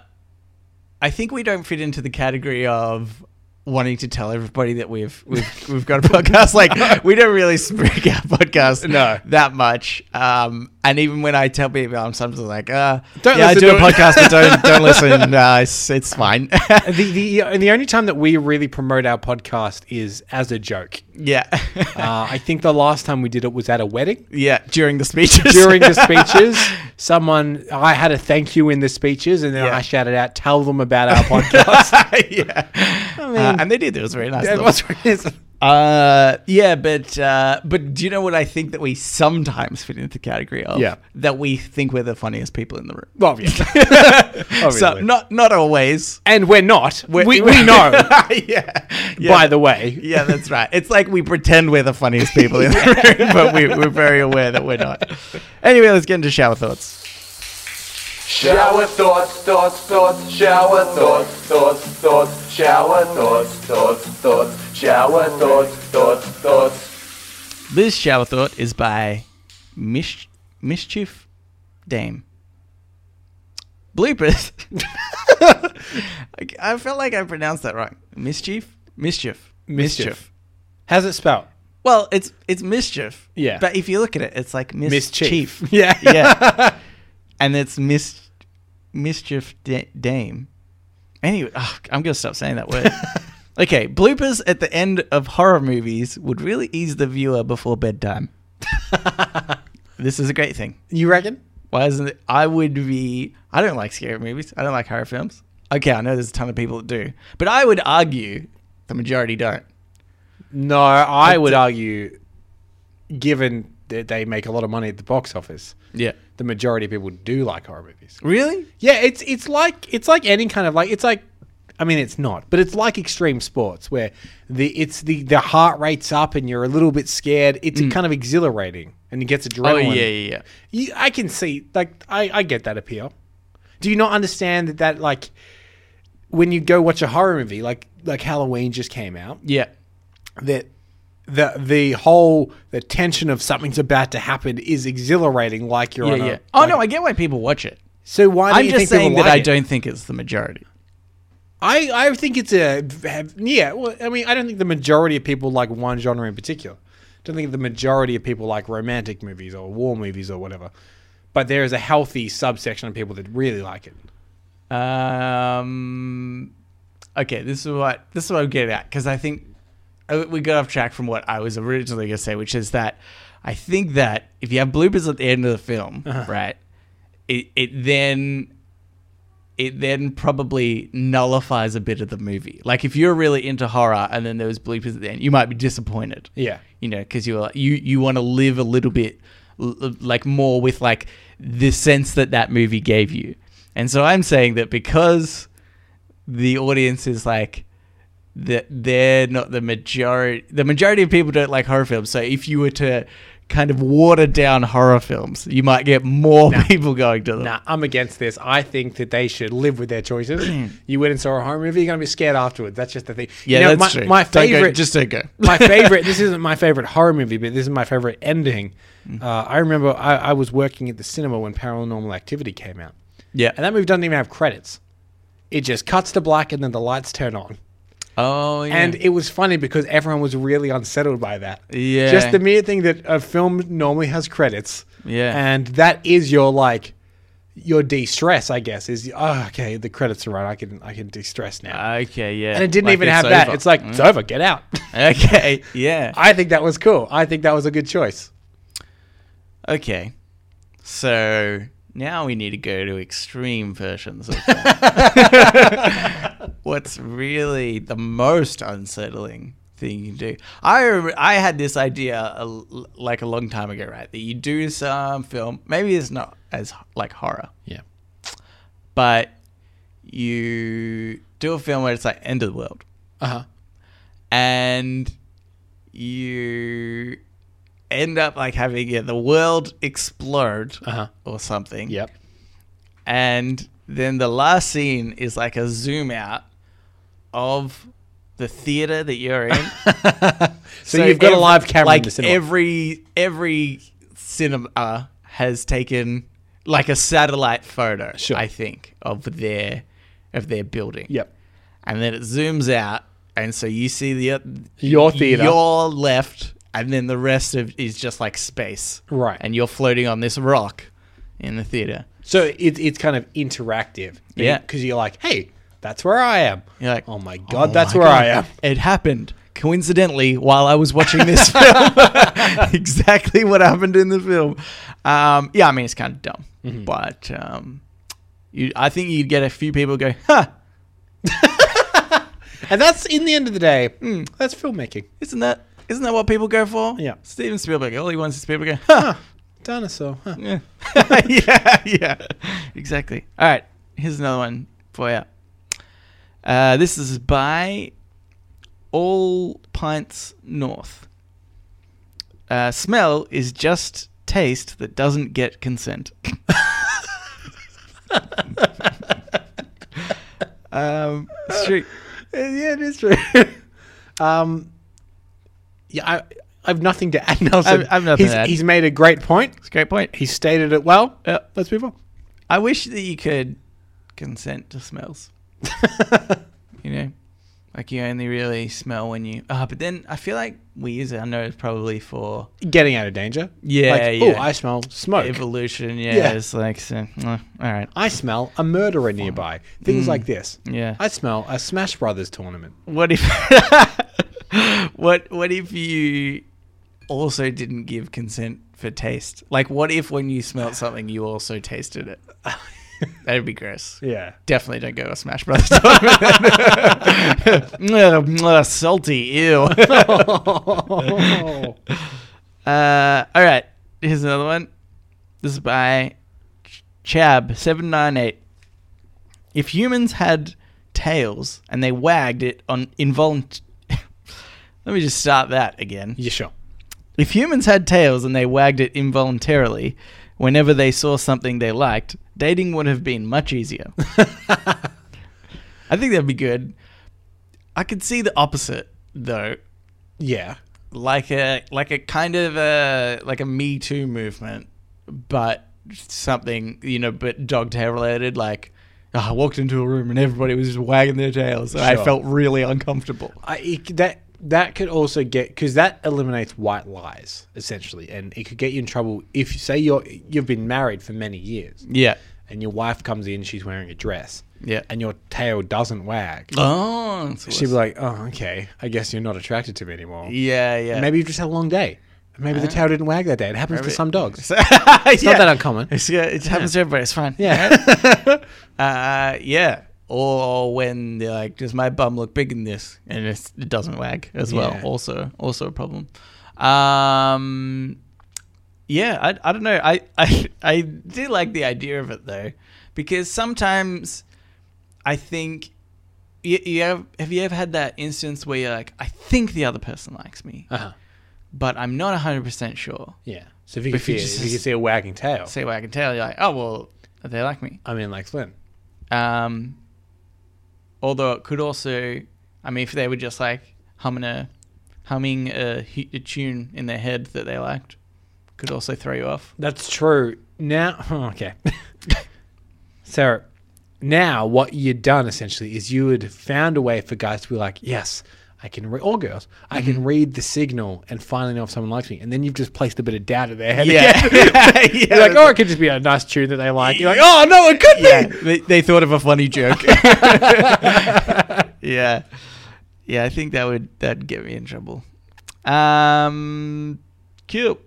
I think we don't fit into the category of wanting to tell everybody that we've we've we've got a podcast. Like we don't really speak our podcast No. that much. Um, and even when I tell people, I'm sometimes like, uh, Don't yeah, I listen do to a it." podcast, but don't don't listen. Uh, it's it's fine. The, the and the only time that we really promote our podcast is as a joke. yeah, Uh, I think the last time we did it was at a wedding yeah. During the speeches, during the speeches. Someone I had a thank you in the speeches, and then Yeah. I shouted out, "Tell them about our podcast." yeah. Uh, and they did. It was very nice. That of them. was- Uh, yeah, but uh, but do you know what I think that we sometimes fit into the category of? Yeah. that we think we're the funniest people in the room. well, yeah. Obviously. So not not always. and we're not. We're- we we know. yeah. yeah. By the way, yeah, that's right. It's like we pretend we're the funniest people in the room, but we, we're very aware that we're not. Anyway, let's get into shower thoughts. Shower thoughts, thoughts, thoughts, shower thoughts, thoughts, thoughts, shower thoughts, thoughts, thoughts, shower thoughts, thoughts, thoughts. This shower thought is by Mish- Mischief Dame. Bloopers. I- I felt like I pronounced that wrong. Mischief? Mischief. Mischief. how's it spelled? Well, it's it's mischief. Yeah. But if you look at it, it's like mischief. Mischief. Yeah. yeah. And it's mis mischief da- dame. Anyway, ugh, I'm gonna stop saying that word. okay, bloopers at the end of horror movies would really ease the viewer before bedtime. this is a great thing. You reckon? Why isn't it? I would be. I don't like scary movies. I don't like horror films. Okay, I know there's a ton of people that do, but I would argue the majority don't. No, I would argue, given that they make a lot of money at the box office, Yeah. the majority of people do like horror movies. Really? Yeah, it's it's like it's like any kind of like it's like I mean it's not, but it's like extreme sports where the it's the the heart rate's up and you're a little bit scared. It's kind of exhilarating and it gets adrenaline. Hmm. Oh yeah, yeah, yeah. You, I can see like I I get that appeal. Do you not understand that that like when you go watch a horror movie like like Halloween just came out Yeah. that the the whole the tension of something's about to happen is exhilarating like you're Yeah, on a- yeah. Oh like- no, I get why people watch it. so why do I'm you just think people saying that like I it? don't think it's the majority. I, I think it's a have- yeah. Well, I mean, I don't think the majority of people like one genre in particular. I don't think the majority of people like romantic movies or war movies or whatever. But there is a healthy subsection of people that really like it. Um, okay, this is what this is what I'm getting at because I think uh, we got off track from what I was originally going to say, which is that I think that if you have bloopers at the end of the film, Uh-huh. right, it it then it then probably nullifies a bit of the movie. Like if you're really into horror and then there was bloopers at the end, you might be disappointed Yeah. you know because you're you you want to live a little bit l- l- like more with like the sense that that movie gave you and so i'm saying that because the audience is like that they're not the majority the majority of people don't like horror films so if you were to kind of water down horror films you might get more people going to them Nah, I'm against this. I think that they should live with their choices. you went and saw a horror movie, you're gonna be scared afterwards. That's just the thing. yeah you know, that's my, true My Don't go- favorite, just don't go my favorite. This isn't my favorite horror movie, but this is my favorite ending. Mm. Uh, I remember I, I was working at the cinema when Paranormal Activity came out. yeah And that movie doesn't even have credits. It just cuts to black and then the lights turn on. oh yeah And it was funny because everyone was really unsettled by that. Yeah. Just the mere thing that a film normally has credits. Yeah. And that is your like your de stress, I guess, is oh, okay, the credits are on. I can I can de stress now. okay yeah and it didn't Uh, Like, even it's have that. over. Mm. It's like it's over, get out. okay yeah I think that was cool. I think that was a good choice. Okay. So now we need to go to extreme versions of that. What's really the most unsettling thing you do? I rem- I had this idea a l like a long time ago, right? That you do some film, maybe it's not as h- like horror, Yeah. but you do a film where it's like end of the world Uh-huh. and you end up like having yeah, the world explode Uh-huh. or something. Yep. And then the last scene is like a zoom out of the theater that you're in. so, So, you've got ev- a live camera like in the cinema. Every every cinema has taken like a satellite photo, Sure. I think, of their of their building yep. and then it zooms out, and so you see the Your theater. your left, and then the rest of is just like space, Right. And you're floating on this rock in the theater. So it, it's kind of interactive. Yeah. Because you're like, hey, that's where I am. You're like, oh my God, "Oh that's my where God, I am. It happened coincidentally while I was watching this film. exactly what happened in the film. Um, yeah, I mean it's kind of dumb, Mm-hmm. but um, you, I think you'd get a few people go, "Huh, And that's, in the end of the day, hmm, that's filmmaking. isn't that isn't that what people go for?" Yeah. Steven Spielberg. All he wants is people to go, "Huh." Dinosaur. Huh. Yeah. yeah, yeah. Exactly. All right. Here's another one for you. Uh, this is by All Pints North. Uh, smell is just taste that doesn't get consent. um, it's true. Uh, Yeah, it is true. um, yeah, I, I have nothing to add, Nelson. I've- I've nothing he's, to add. he's made a great point. It's a great point. He stated it well. Yeah. Let's move on. I wish that you could consent to smells. you know, Like you only really smell when you. Ah, but then I feel like we use it. I know it's probably for Getting out of danger. Yeah, like, Oh, yeah. I smell smoke. evolution. Yeah, Yeah. it's like so, uh, all right. I smell a murderer nearby. Things like this. Yeah. I smell a Smash Brothers tournament. What if what what if you also didn't give consent for taste? Like what if when you smelt something you also tasted it? That'd be gross. Yeah. Definitely don't go to Smash Brothers. Mm, mm, Salty, ew. Oh. Uh, all right, here's another one. This is by Ch- Chab798. If humans had tails and they wagged it on involunt Let me just start that again. yeah, sure. If humans had tails and they wagged it involuntarily whenever they saw something they liked, dating would have been much easier. I think that'd be good. I could see the opposite though, Yeah. like a like a kind of a like a Me Too movement, but something you know, but dog tail related. Like oh, I walked into a room and everybody was just wagging their tails, and I Sure. felt really uncomfortable. I, it, that that could also get because that eliminates white lies essentially, and it could get you in trouble if you say you're you've been married for many years Yeah, and your wife comes in, she's wearing a dress, yeah. and your tail doesn't wag. Oh, that's She'd be worse. like, "Oh, okay, I guess you're not attracted to me anymore." yeah, yeah. Uh-huh. Maybe you've just had a long day. Maybe the tail didn't wag that day. It happens to Maybe- some dogs. it's not that uncommon. It's, yeah, it happens to everybody. It's fine. Yeah. Uh, yeah. Or when they're like, "Does my bum look big in this?" and it's, it doesn't wag as well. Yeah. Also, also a problem. Um, yeah, I, I don't know. I, I I do like the idea of it though, because sometimes I think you, you have have you ever had that instance where you're like, I think the other person likes me, uh-huh. but I'm not hundred percent sure. Yeah. So if you, could If you see, just- if you could see a wagging tail, See what I can tell. You're like, oh well, they like me. I mean, like Flynn. Um, although it could also, I mean, if they were just like humming a humming a, hu- a tune in their head that they liked, could also throw you off. That's true. Now, oh, okay. Sarah, now what you'd done essentially is you had found a way for guys to be like, yes, I can read, or girls, I Mm-hmm. can read the signal and finally know if someone likes me. And then you've just placed a bit of doubt in their head. again. You're like, oh, it could just be a nice tune that they like. You're like, oh, no, it could yeah. be. They, they thought of a funny joke. yeah, yeah. I think that would that would get me in trouble. Um, cute.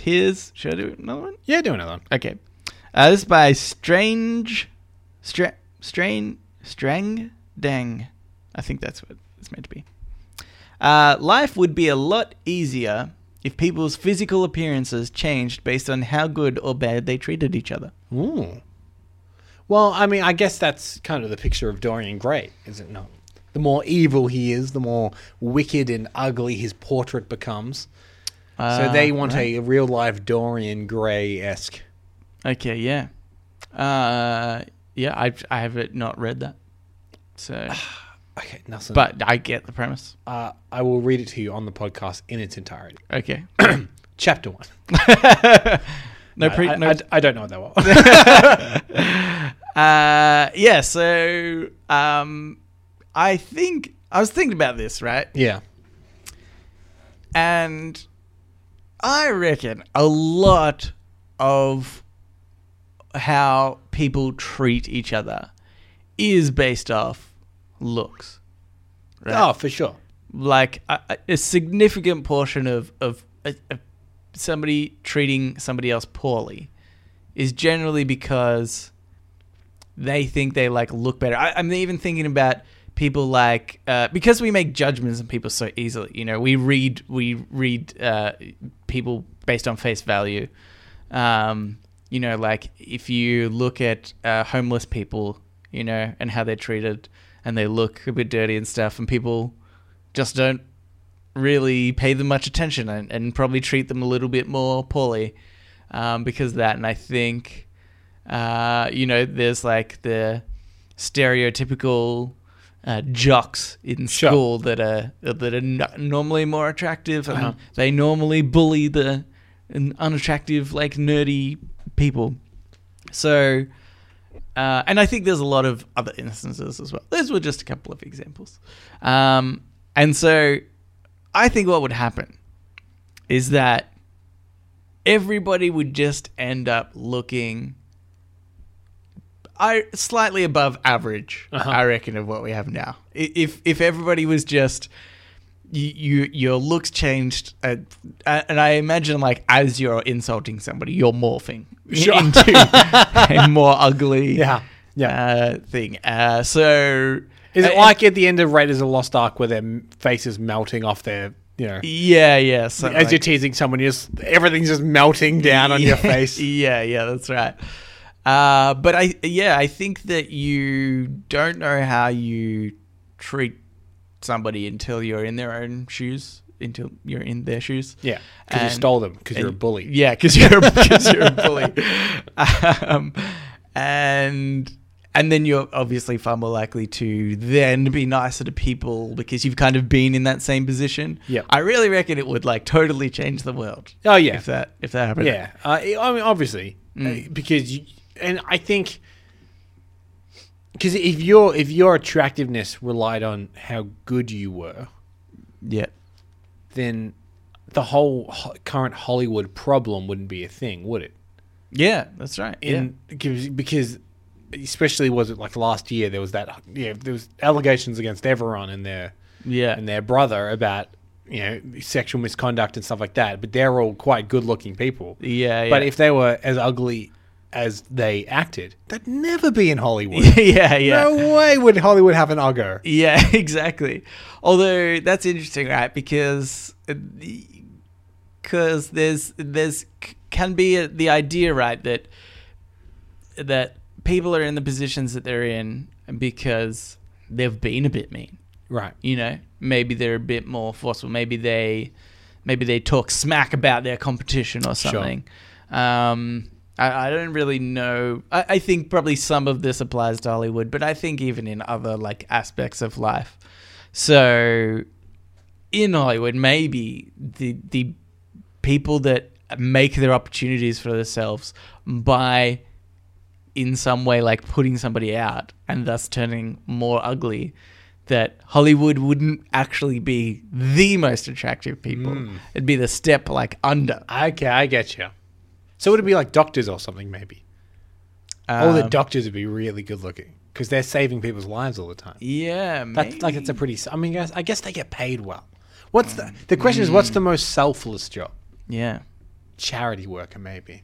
Here's should I do another one? Yeah, do another one. Okay. Uh, this is by Strange, Stra- Strain, Strang Dang. I think that's what it's meant to be. Uh, life would be a lot easier if people's physical appearances changed based on how good or bad they treated each other. Ooh. Well, I mean, I guess that's kind of the picture of Dorian Gray, is it not? The more evil he is, the more wicked and ugly his portrait becomes. So Uh, they want a real life Dorian Gray esque. Okay, yeah. Uh, yeah, I, I have it not read that. So, Okay, Nelson. but I get the premise. uh, I will read it to you on the podcast in its entirety. Okay. Chapter one. No, pre- I, I- no I- I don't know what that was. Uh, yeah, so um, I think I was thinking about this, right? yeah. And I reckon a lot of how people treat each other is based off looks. Oh, for sure. Like a, a- a significant portion of of a, a, somebody treating somebody else poorly is generally because they think they like look better. I, I'm even thinking about people like uh, because we make judgments on people so easily. You know, we read we read uh, people based on face value. Um, you know, like if you look at uh, homeless people, you know, and how they're treated, and they look a bit dirty and stuff, and people just don't really pay them much attention and, and probably treat them a little bit more poorly um, because of that. And I think, uh, you know, there's like the stereotypical uh, jocks in Sure. school that are that are no- normally more attractive and they normally bully the un- unattractive, like nerdy people. So Uh, and I think there's a lot of other instances as well. Those were just a couple of examples. Um, and so I think what would happen is that everybody would just end up looking I slightly above average, Uh-huh. I reckon, of what we have now. I- If if everybody was just you, you your looks changed, uh, and I imagine like as you're insulting somebody, you're morphing Sure. into a more ugly, Yeah, yeah. uh, thing. Uh, so uh, Is it and- like at the end of Raiders of the Lost Ark where their m- face is melting off their, you know, yeah, yeah, something as like you're teasing someone, you just everything's just melting down on your Yeah, face. Yeah, yeah, that's right. Uh, but I, yeah, I think that you don't know how you treat somebody until you're in their own shoes, until you're in their shoes. Yeah, because you And- stole them because you're a and- bully. Yeah, because you're because you're a bully. Um, and and then you're obviously far more likely to then be nicer to people because you've kind of been in that same position. Yep. I really reckon it would like totally change the world. Oh, yeah. If that if that happened. Yeah, uh, I I mean, obviously, uh, because you, and I think because if your if your attractiveness relied on how good you were, Yeah. then the whole ho- current Hollywood problem wouldn't be a thing, would it? Yeah, that's right. yeah. In because- because especially was it like last year there was that yeah there was allegations against everyone in their Yeah. and their brother about you know sexual misconduct and stuff like that but they're all quite good looking people Yeah, but yeah. if they were as ugly as they acted they'd never be in hollywood yeah, yeah. no way would hollywood have an uggo Yeah, exactly. Although that's interesting, right? Because because there's there's c- can be a, the idea, right, that that people are in the positions that they're in because they've been a bit mean. right You know, maybe they're a bit more forceful. Maybe they maybe they talk smack about their competition or something. Um, I, I don't really know. I, I think probably some of this applies to Hollywood, but I think even in other like aspects of life. So in Hollywood, maybe the the people that make their opportunities for themselves by in some way like putting somebody out and thus turning more ugly that Hollywood wouldn't actually be the most attractive people. It'd be the step like under. okay i get you so would it be like doctors or something maybe all the Um, doctors would be really good looking because they're saving people's lives all the time yeah, maybe. That's like it's a pretty. s- I mean, I guess, I guess they get paid well. What's the the question is what's the most selfless job? yeah. Charity worker maybe.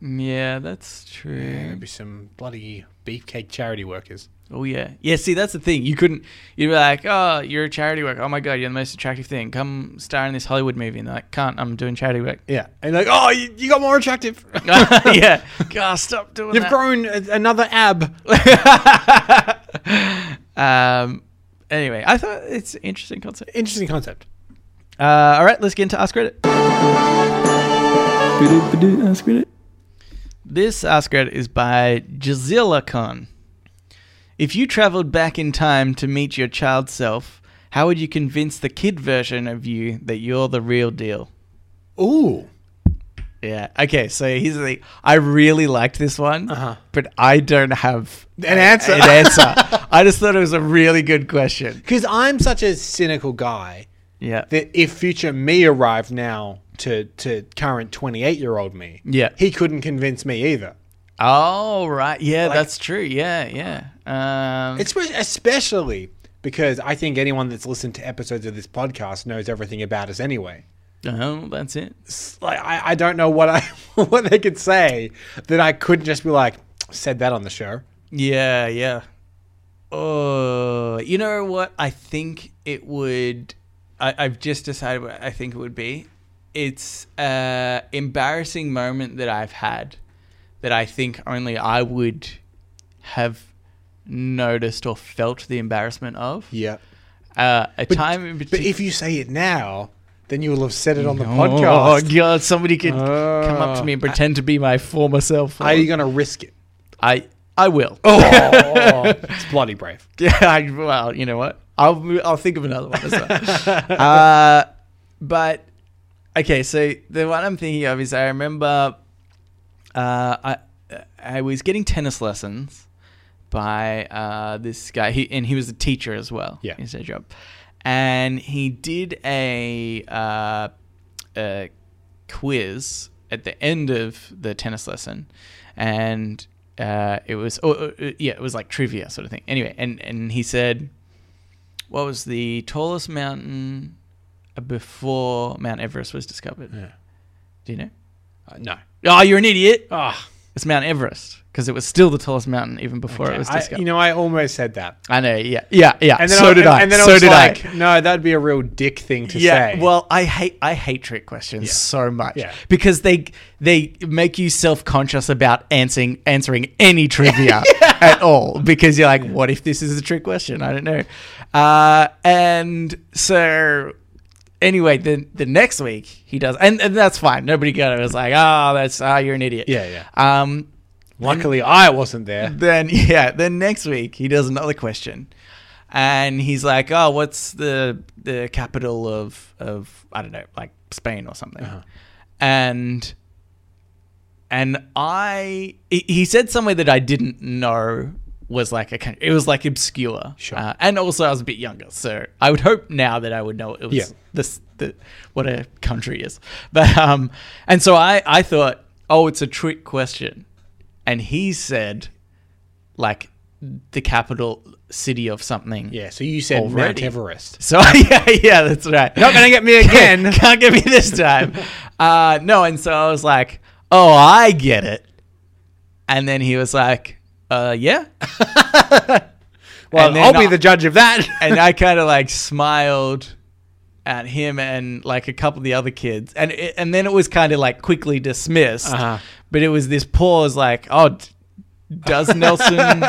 Yeah, that's true. Maybe some bloody beefcake charity workers. Oh yeah, yeah. See, that's the thing. You couldn't. You'd be like, "Oh, you're a charity worker. Oh my god, you're the most attractive thing. Come star in this Hollywood movie." And they're like, "Can't. I'm doing charity work." Yeah, and like oh you, you got more attractive. yeah. God, stop doing that. You've grown a, another ab. um. Anyway, I thought it's an interesting concept. Interesting concept. Uh, all right, let's get into Ask Reddit. Ask Reddit. This Ask Reddit is by Jazilla Khan. If you traveled back in time to meet your child self, how would you convince the kid version of you that you're the real deal? Ooh. Yeah. Okay. So here's the thing. I really liked this one, Uh-huh. but I don't have An answer. An answer. I just thought it was a really good question. Because I'm such a cynical guy Yeah. that if future me arrived now to to current 28 year old me, Yeah. he couldn't convince me either. Oh right, yeah, that's true. Yeah, yeah. Um, It's spe- especially because I think anyone that's listened to episodes of this podcast knows everything about us anyway. Uh-huh, oh, that's it. It's like I, I don't know what I what they could say that I couldn't just be like said that on the show. Yeah, yeah. Oh, you know what? I think it would. I, I've just decided what I think it would be. It's a embarrassing moment that I've had that I think only I would have noticed or felt the embarrassment of. Yeah. Uh, a time in But particular. if you say it now, then you will have said it on the Oh podcast. god! Somebody could come up Oh. to me and pretend to be my former self. Are you gonna risk it? I I will. Oh, it's bloody brave. Yeah, I, well, you know what? I'll I'll think of another one as well. uh, but okay, so the one I'm thinking of is I remember uh, I I was getting tennis lessons by uh, this guy, he, and he was a teacher as well. Yeah. his day job, and he did a, uh, a quiz at the end of the tennis lesson, and uh, it was oh, oh, oh, yeah, it was like trivia sort of thing. Anyway, and and he said, "What was the tallest mountain before Mount Everest was discovered?" Yeah. Do you know? Uh, no. Oh, you're an idiot. Ah, It's Mount Everest because it was still the tallest mountain even before okay. it was I- discovered. you know, I almost said that. I know. Yeah, yeah, yeah. And then so I, did and, I. And then so I was did like, I. no, that'd be a real dick thing to Yeah. say. Well, I hate I hate trick questions Yeah. so much Yeah. because they they make you self conscious about answering answering any trivia at all because you're like, what if this is a trick question? I don't know. Uh, and so. Anyway, the the next week he does, and, and that's fine. Nobody got it. It was like, oh, that's ah, you're an idiot. Yeah, yeah. Um, luckily I wasn't there. then yeah, then next week he does another question, and he's like, "Oh, what's the the capital of of I don't know, like Spain or something?" Uh-huh. And and I he he said somewhere that I didn't know was like a kind- it was like obscure, Sure. Uh, and also I was a bit younger, so I would hope now that I would know it was Yeah. this the what a country is, but um, and so I I thought, oh, it's a trick question, and he said, like the capital city of something. Yeah, so you said Mount Already. Everest. So yeah, yeah, that's right. Not gonna get me again. Can't, can't get me this time. Uh, no, and so I was like, oh, I get it. And then he was like, uh, yeah. well, and then I'll be I- the judge of that. And I kind of like smiled at him and like a couple of the other kids. And it, and then it was kind of like quickly dismissed. Uh-huh. But it was this pause like, oh, d- does Nelson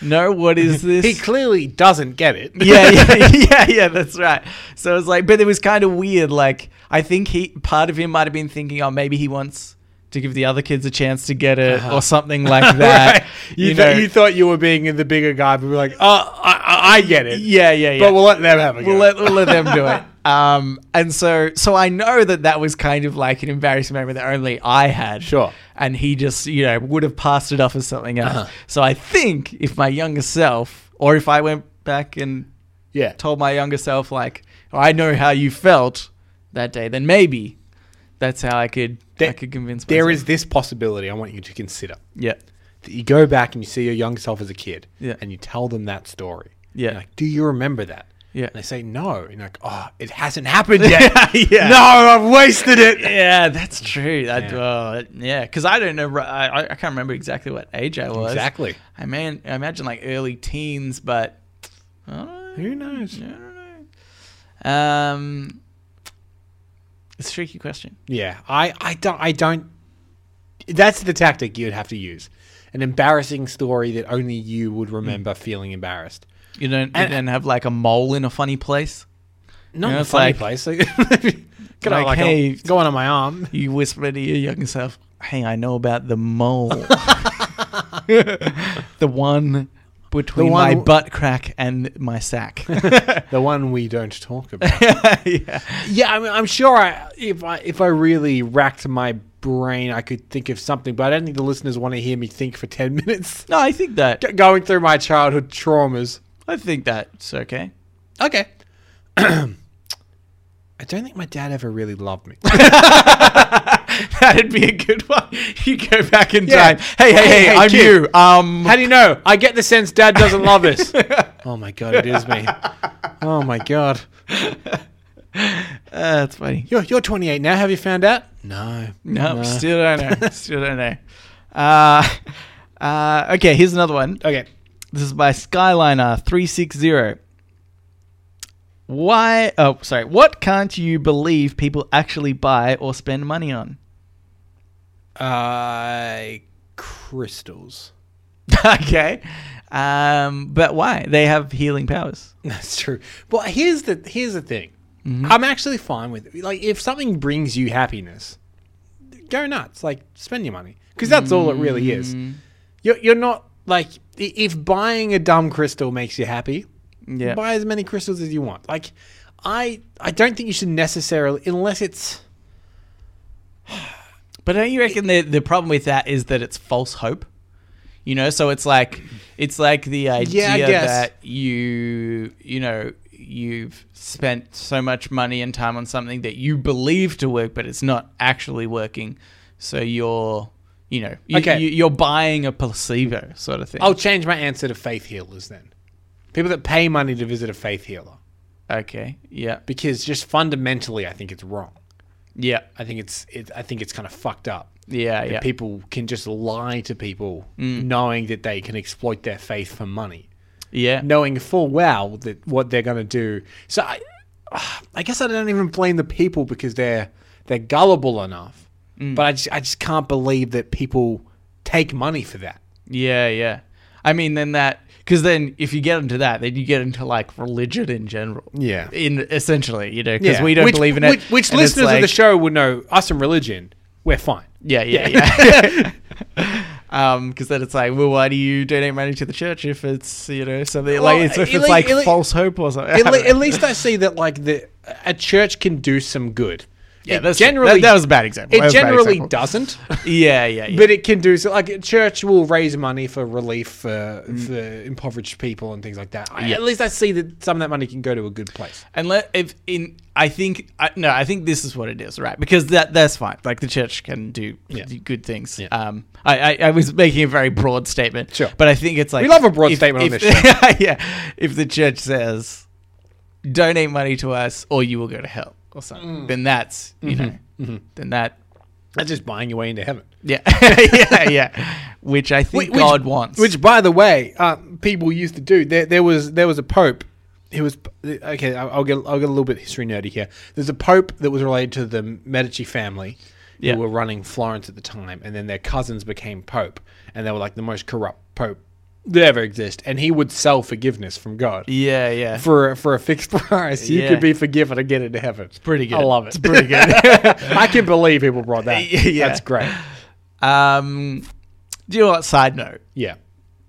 know what is this? he clearly doesn't get it. yeah, yeah, yeah, yeah, that's right. So it was like, but it was kind of weird. Like, I think he, part of him might have been thinking, oh, maybe he wants to give the other kids a chance to get it or something like that. Right. Uh-huh. You, you thought know? you thought you were being the bigger guy, but we were like, oh, I, I, I get it. yeah, yeah, yeah. But we'll let them have a go. we'll let, we'll let them do it. Um, and so, so I know that that was kind of like an embarrassing moment that only I had. Sure. And he just, you know, would have passed it off as something else. So I think if my younger self, or if I went back and yeah. told my younger self like "Oh, I know how you felt that day, then maybe that's how I could I There- could convince myself. There is this possibility I want you to consider. yeah that you go back and you see your younger self as a kid Yeah. and you tell them that story. Yeah. You're Like, do you remember that? Yeah. And they say no. And you're like, oh, it hasn't happened yet. Yeah. No, I've wasted it. yeah that's true that Yeah. oh, yeah because I don't know ri- I, I can't remember exactly what age I was Exactly. I mean I imagine like early teens but uh, I don't know, Who knows? I don't know. um it's a tricky question Yeah. I, I don't I don't that's the tactic you'd have to use. An embarrassing story that only you Mm. would remember feeling embarrassed. you don't you And- don't have like a mole in a funny place Not Yeah, in a it's funny like- place. Like, could I like, like hey- go on my arm? you whisper to your younger self, "Hey, I know about the mole, the one between one my w- butt crack and my sack." The one we don't talk about. yeah, Yeah, I mean, I'm sure I, if I if I really racked my brain, I could think of something. But I don't think the listeners want to hear me think for ten minutes no, I think that G- going through my childhood traumas. I think that's okay. Okay. I don't think my dad ever really loved me. That'd be a good one. You go back in Yeah. time. Hey, hey, hey! Hey, hey, I'm kid. you. Um, How do you know? I get the sense dad doesn't love us. oh my god, it is me. Oh my god. uh, that's funny. You're you're 28 now. Have you found out? No. No, still don't know. still don't know. Uh, uh, okay, here's another one. Okay. This is by Skyliner three six zero. Why? Oh, sorry. What can't you believe people actually buy or spend money on? Uh, crystals. okay, um, but why? They have healing powers. That's true. Well, here's the here's the thing. I'm actually fine with it. like if something brings you happiness, go nuts. Like spend your money because that's all it really is. You're you're not like i- if buying a dumb crystal makes you happy, Yeah. buy as many crystals as you want. Like I I don't think you should necessarily unless it's But don't you reckon the the problem with that is that it's false hope? You know, so it's like it's like the idea guess. that you you know you've spent so much money and time on something that you believe to work, but it's not actually working. So you're you know you, Okay. you, you're buying a placebo sort of thing. I'll change my answer to faith healers then. People that pay money to visit a faith healer. okay, yeah, Because just fundamentally I think it's wrong. yeah, I think it's it, I think it's kind of fucked up. yeah, that yeah. people can just lie to people knowing that they can exploit their faith for money yeah. knowing full well that what they're going to do so I, I guess i don't even blame the people because they're they're gullible enough but I just, I just can't believe that people take money for that Yeah, yeah. I mean, then that because then if you get into that, then you get into like religion in general. Yeah. in essentially, you know, because we don't Which- believe in it. which, which and it's listeners of the like- show would know us and religion we're fine Yeah, yeah, yeah. Um, because then it's like, well, why do you donate money to the church if it's you know something Well, like it's, if it it's le- like it le- false hope or something? I at, don't le- know. at least i see that like the a church can do some good yeah, It that's, generally that, that was a bad example. That it was a bad generally example. doesn't Yeah, yeah, yeah. but it can do so like a church will raise money for relief for, for impoverished people and things like that I, Yeah. at least i see that some of that money can go to a good place And let if in I think I, no, I think this is what it is, right? Because that that's fine. Like the church can do Yeah. do good things. Yeah. Um, I, I I was making a very broad statement, Sure. but I think it's like We love a broad statement on if, this yeah, if the church says donate money to us or you will go to hell or Mm. something, then that's you Mm-hmm. know, then that that's just buying your way into heaven yeah yeah yeah, which I think Which- God wants. which by the way uh, people used to do there, there was there was a pope who was okay I- i'll get i'll get a little bit history nerdy here there's a pope that was related to the medici family Yeah. who were running florence at the time and then their cousins became pope and they were like the most corrupt pope that ever exist and he would sell forgiveness from god yeah yeah. for for a fixed price. You Yeah. could be forgiven and get into heaven. It's pretty good. I love it. It's pretty good. I can believe people brought that. Yeah. That's great. um, do you know what? Side note. Yeah.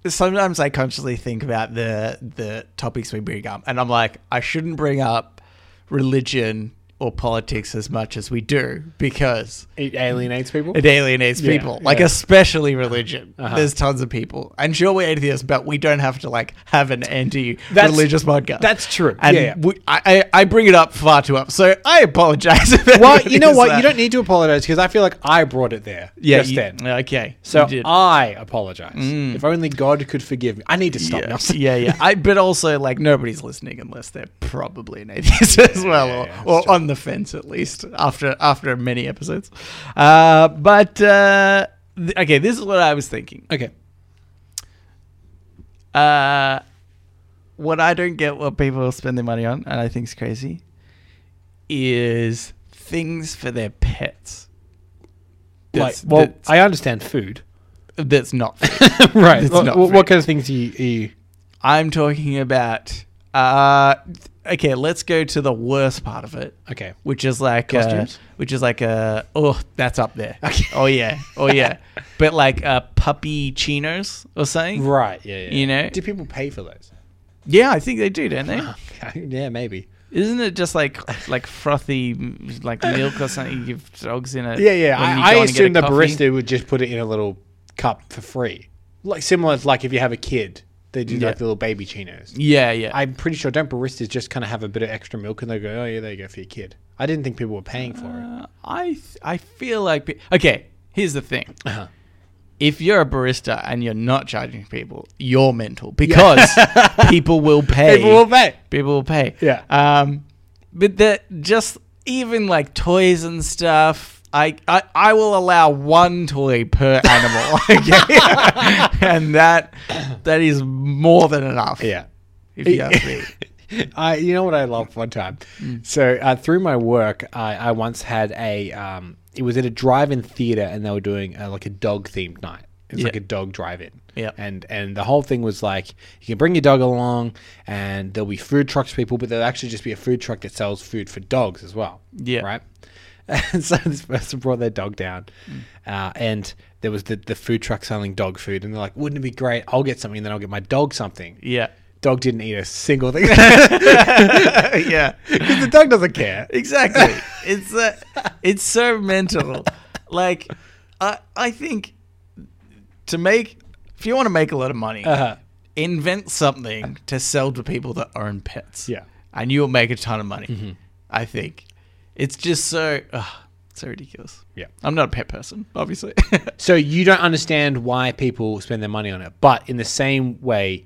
sometimes I consciously think about the the topics we bring up, and I'm like, I shouldn't bring up religion or politics as much as we do because It alienates people. it alienates Yeah, people, like yeah. Uh-huh. especially religion. There's tons of people, and sure we're atheists, but we don't have to like have an anti-religious podcast. that's true. And Yeah, yeah. we- I, I I bring it up far too up, so I apologize. if well, anybody you know is what? that- You don't need to apologize because I feel like I brought it there Yeah, just you- then. okay. So you did. Mm. I apologize. If only God could forgive me. I need to stop yeah. now. yeah, yeah. I but also like nobody's listening unless they're probably an atheist as well, yeah, or, yeah, that's or on the fence at least after after many episodes. Uh, but uh, th- okay, this is what I was thinking. Okay. Uh, what I don't get, what people spend their money on, and I think is crazy, is things for their pets. Like, That's, well, that's, I understand food. that's not. fair. right. It's Well, not what, food. kind of things do you, you I'm talking about. Uh, okay, let's go to the worst part of it. Okay. which is like a, Costumes? which is like a oh that's up there. Oh yeah, oh yeah, but like uh, puppy chinos or something. Right. Yeah, yeah. You know? Do people pay for those? Yeah, I think they do, don't they? yeah, maybe. Isn't it just like like frothy like milk or something you give dogs in it? Yeah, yeah. when you I, I go and get a assume the coffee? barista would just put it in a little cup for free, like similar to like if you have a kid, they do Yeah. like the little baby chinos. Yeah, yeah. I'm pretty sure don't baristas just kind of have a bit of extra milk and they go, oh yeah, there you go for your kid. I didn't think people were paying for it. Uh, I th- I feel like pe- okay. Here's the thing. Uh-huh. If you're a barista and you're not charging people, you're mental because people will pay. People will pay. People will pay. Yeah. Um, but the just even like toys and stuff. I, I, I will allow one toy per animal, okay? and that that is more than enough. Yeah. if you ask me. I, you know what I loved one time? Mm. So uh, through my work, I, I once had a. Um, it was at a drive-in theater, and they were doing uh, like a dog-themed night. It was Yeah. like a dog drive-in. Yeah. And and the whole thing was like you can bring your dog along, and there'll be food trucks for people, but there'll actually just be a food truck that sells food for dogs as well. Yeah. Right. And so this person brought their dog down, Mm. uh, and there was the, the food truck selling dog food, and they're like, "Wouldn't it be great? I'll get something, and then I'll get my dog something." Yeah. Dog didn't eat a single thing. yeah. Because the dog doesn't care. Exactly. it's uh, it's so mental. Like, I I think to make if you want to make a lot of money, Uh-huh. invent something to sell to people that own pets. Yeah. Mm-hmm. and you'll make a ton of money. I think it's just so ugh, so ridiculous. Yeah. I'm not a pet person, obviously. So you don't understand why people spend their money on it, but in the same way,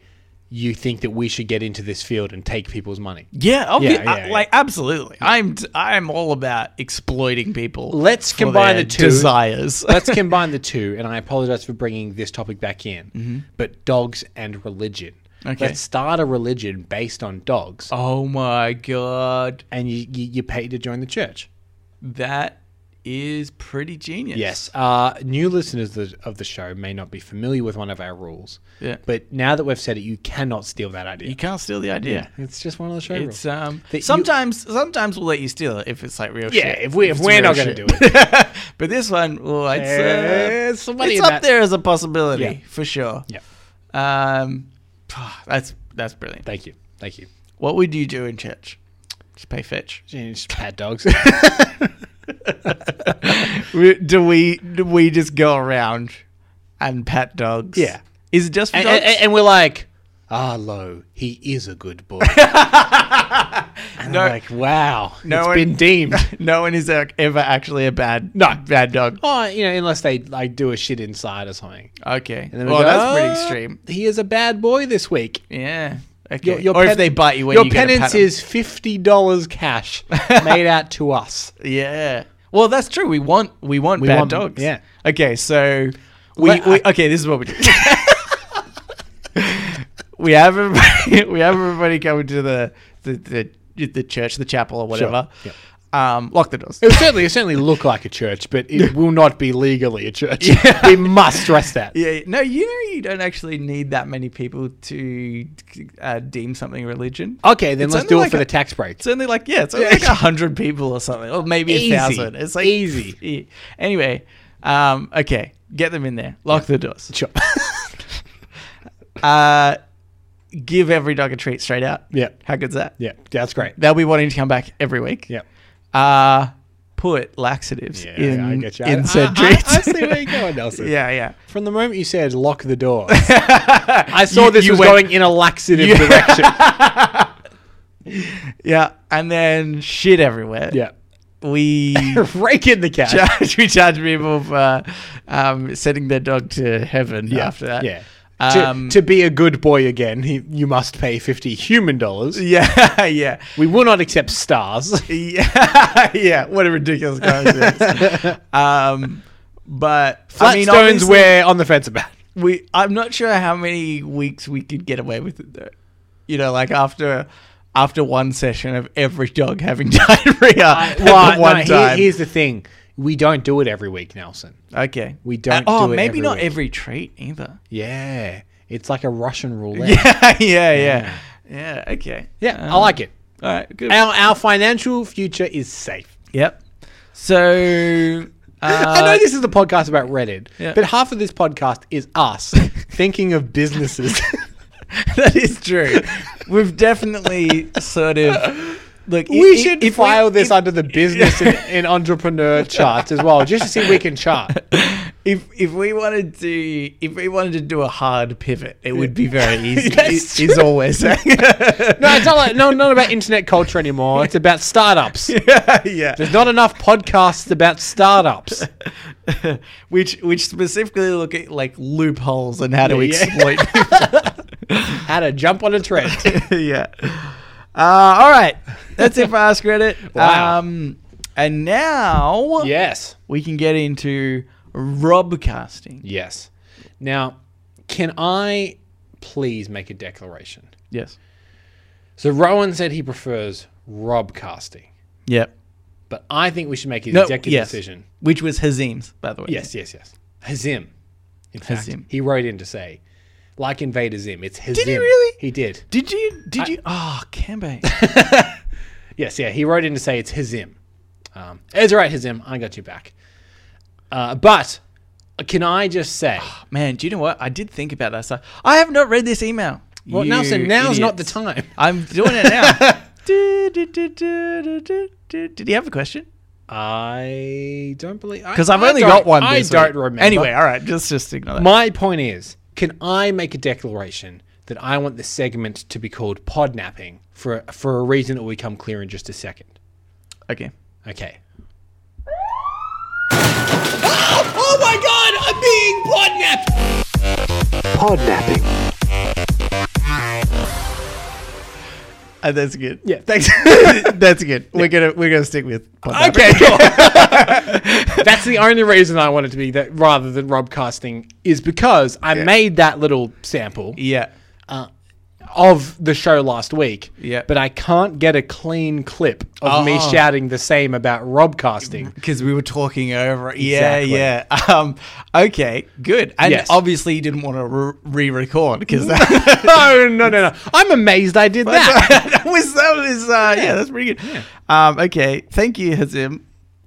you think that we should get into this field and take people's money. yeah, obvi- yeah, I- yeah. like absolutely. I'm I'm all about exploiting people. Let's for combine their the two. desires. Let's combine the two, and I apologize for bringing this topic back in, but dogs and religion. Okay. Let's start a religion based on dogs, oh my god. and you, you, you pay to join the church. That is pretty genius. Yes. Uh, new listeners of the, of the show may not be familiar with one of our rules. Yeah. But now that we've said it, you cannot steal that idea. You can't steal the idea. It's just one of the show It's rules. um That you- sometimes sometimes we'll let you steal it if it's like real yeah, shit. if, we, if it's we're real not going shit. to do it. But this one, well, it's, Eh, uh, somebody it's in up that- there as a possibility Yeah. for sure. Yeah. Um, that's that's brilliant. Thank you. Thank you. What would you do in church? Just pay fetch. Just pat dogs. do we do we just go around and pat dogs? Yeah. Is it just for and, dogs? and, and we're like, ah, lo, he is a good boy. and No. I'm like, wow, No no one- it's been deemed. no one is ac- ever actually a bad no bad dog. oh, you know, unless they like do a shit inside or something. Okay. And then we well, go, that's pretty "Ah, extreme. He is a bad boy this week. Yeah. Okay. Your- your or if pen- they bite you when Your you go to pat penance 'em. is fifty dollars cash made out to us. Yeah. Well, that's true. We want we want bad want- dogs. yeah. Okay, so we, Let- we okay. This is what we do. we have everybody, we have everybody coming to the the the, the church, the chapel, or whatever. Sure, Um, lock the doors. It would certainly, it certainly look like a church, but it will not be legally a church. We must stress that. Yeah, yeah. no, you know you don't actually need that many people to uh, deem something religion. Okay, then It's let's only do like it for a- the tax break. It's only like yeah, it's only Oh, Yeah. like a hundred people or something, or maybe Easy. a thousand. It's like Easy. yeah. Anyway, um, okay, get them in there, lock the doors. Sure. Uh, give every dog a treat straight out. Yeah. How good's that? yeah, that's great. They'll be wanting to come back every week. Yeah. Uh, put laxatives Yeah, in, I get you. I- in said I- treats. I, I see where you're going, Nelson. yeah, yeah. From the moment you said lock the door, I saw You- this you was went- going in a laxative You- direction. Yeah. And then shit everywhere. yeah. We. Rake in the cash. Charge, we charge people for um, sending their dog to heaven yeah. after that. Yeah. Um, to, to be a good boy again, he, you must pay 50 human dollars. yeah, yeah. We will not accept stars. Yeah, yeah. What a ridiculous concept. um, but I mean, Flatstones obviously- we're on the fence about. we I'm not sure how many weeks we could get away with it though. You know, like after after one session of every dog having diarrhea at the Uh, Well, no, one here- time. here's the thing. We don't do it every week, Nelson. okay, we don't oh, do it maybe every not week. every treat either. Yeah. It's like a Russian roulette. Yeah, yeah, yeah, yeah. Okay. Yeah, I Um, like it. All right. Good. Our, our financial future is safe. yep. So. Uh, I know this is a podcast about Reddit, Yeah. but half of this podcast is us thinking of businesses. that is true. We've definitely sort of look. we should file this under the business and, and entrepreneur charts as well, just to see if we can chart. If if we wanted to if we wanted to do a hard pivot, it would be very easy. That's is, is all we're saying. No, it's not like, no, not about internet culture anymore. It's about startups. yeah, yeah. There's not enough podcasts about startups. which which specifically look at like loopholes and how to Yeah, exploit. How to jump on a trend. people. yeah. Uh, all right, that's it for Ask Reddit. Wow. Um, and now Yes. we can get into robcasting. Yes. Now, can I please make a declaration? Yes. So Rowan said he prefers Rob casting, Yep. but I think we should make an No, executive yes. decision. Which was Hazim's, by the way. Yes, yes, yes. Hazim. In fact, Hazim. he wrote in to say, like Invader Zim, it's Hazim. he really? He did. Did you? Did you? Oh, Cambe. Yes, yeah. He wrote in to say it's Hazim. Um, it's all right, Hazim. I got you back. Uh, but uh, can I just say, Man, do you know what? I did think about that stuff. I have not read this email. well, You Nelson, now's not the idiots. time. I'm doing it now. Do, do, do, do, do, do, do. Did he have a question? I don't believe Because I've I only don't- got one. I this don't week. remember. Anyway, all right, just just ignore that. My point is, can I make a declaration that I want this segment to be called podnapping for for a reason that will become clear in just a second? okay. Okay. Oh my god, I'm being podnapped! Podnapping. Uh, that's good. Yeah, thanks. that's good. We're gonna we're gonna stick with. Podnapping. okay, cool. That's the only reason I wanted to be that rather than Rob casting is because I made that little sample Yeah. of the show last week. Yeah. But I can't get a clean clip of me Oh. shouting the same about Rob casting. Because we were talking over. it. Yeah, Exactly. yeah. Um, okay, good. And Yes. obviously, you didn't want to re record because that, no, no, no, no. I'm amazed I did that. that was, that was uh, yeah. that's pretty good. Um, okay, thank you, Hazim.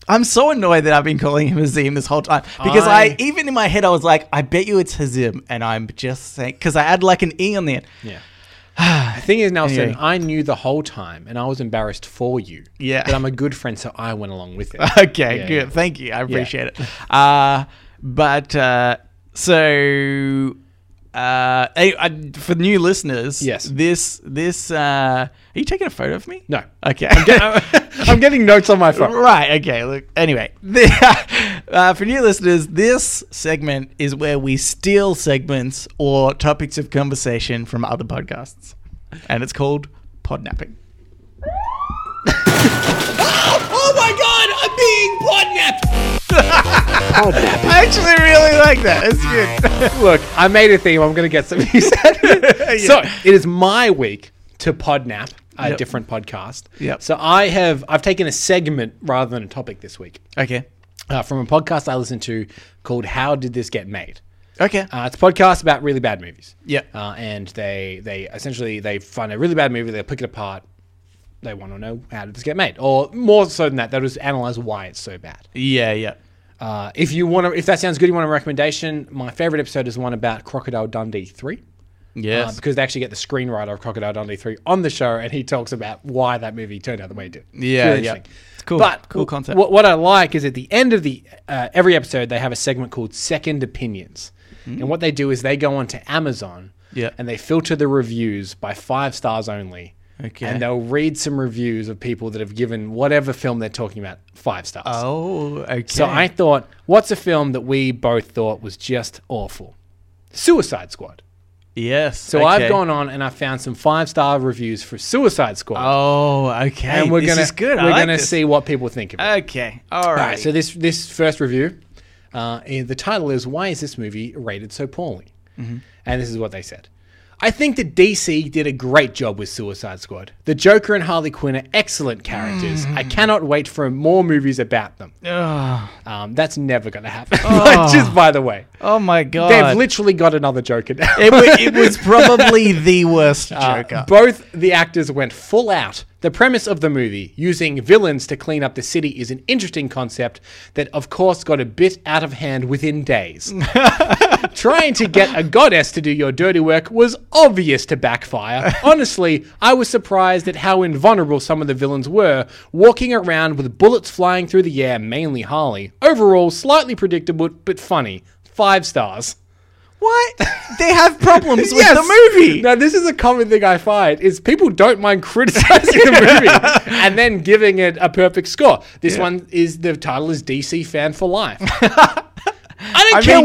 I'm so annoyed that I've been calling him Hazim this whole time because I, I- even in my head, I was like, I bet you it's Hazim. And I'm just saying, because I add like an E on the end. Yeah. the thing is, Nelson, Anyway. I knew the whole time and I was embarrassed for you. Yeah. But I'm a good friend, so I went along with it. Okay, Yeah, good. yeah. Thank you. I appreciate it. Uh, but uh, so uh, hey, I, for new listeners, Yes. this this uh, are you taking a photo of me? No. Okay. I'm getting notes on my phone. Right. Okay. Look. Anyway, the, uh, for new listeners, this segment is where we steal segments or topics of conversation from other podcasts, and it's called podnapping. Oh my god, I'm being podnapped! Podnapping. I actually really like that. It's good. Look, I made a theme. I'm going to get some views. So it is my week to podnap a Yep. different podcast. Yep. So I have I've taken a segment rather than a topic this week okay. uh, from a podcast I listen to called "How Did This Get Made." Okay. Uh, it's a podcast about really bad movies. Yep. Uh, and they they essentially they find a really bad movie, they pick it apart. They want to know how did this get made, or more so than that, they just analyze why it's so bad. yeah. Yeah. Uh, if you want to, if that sounds good, you want a recommendation. My favorite episode is one about Crocodile Dundee three. Yes. Uh, because they actually get the screenwriter of Crocodile Dundee 3 on the show, and he talks about why that movie turned out the way it did. It's Yeah, really yeah. interesting. It's cool. But Cool wh- concept. What, what I like is at the end of the uh, every episode, they have a segment called Second Opinions, and what they do is they go onto Amazon, Hmm. Yeah. and they filter the reviews by five stars only. Okay. And they'll read some reviews of people that have given whatever film they're talking about five stars. Oh, okay. So I thought, what's a film that we both thought was just awful? Suicide Squad. yes. So I've gone on and I found some five star reviews for Suicide Squad, Oh, okay. and we're this gonna is good. I we're like gonna this. see what people think of it. Okay. All right. All right, so this this first review, uh, eh, the title is "Why is this movie rated so poorly?" Mm-hmm. And this is what they said: I think that DC did a great job with Suicide Squad. The Joker and Harley Quinn are excellent characters. Mm. I cannot wait for more movies about them. Ugh. Um, that's never going to happen. Like, just by the way, oh my they've god. literally got another Joker now. it, wa- it was probably the worst Uh, Joker. Both the actors went full out. The premise of the movie, using villains to clean up the city, is an interesting concept that, of course, got a bit out of hand within days. Trying to get a goddess to do your dirty work was obvious to backfire. Honestly, I was surprised at how invulnerable some of the villains were, walking around with bullets flying through the air, mainly Harley. Overall, slightly predictable but funny. Five stars what? They have problems with Yes. the movie. Now, this is a common thing I find is people don't mind criticizing the movie and then giving it a perfect score. This one is the title is DC fan for life. I don't I care mean,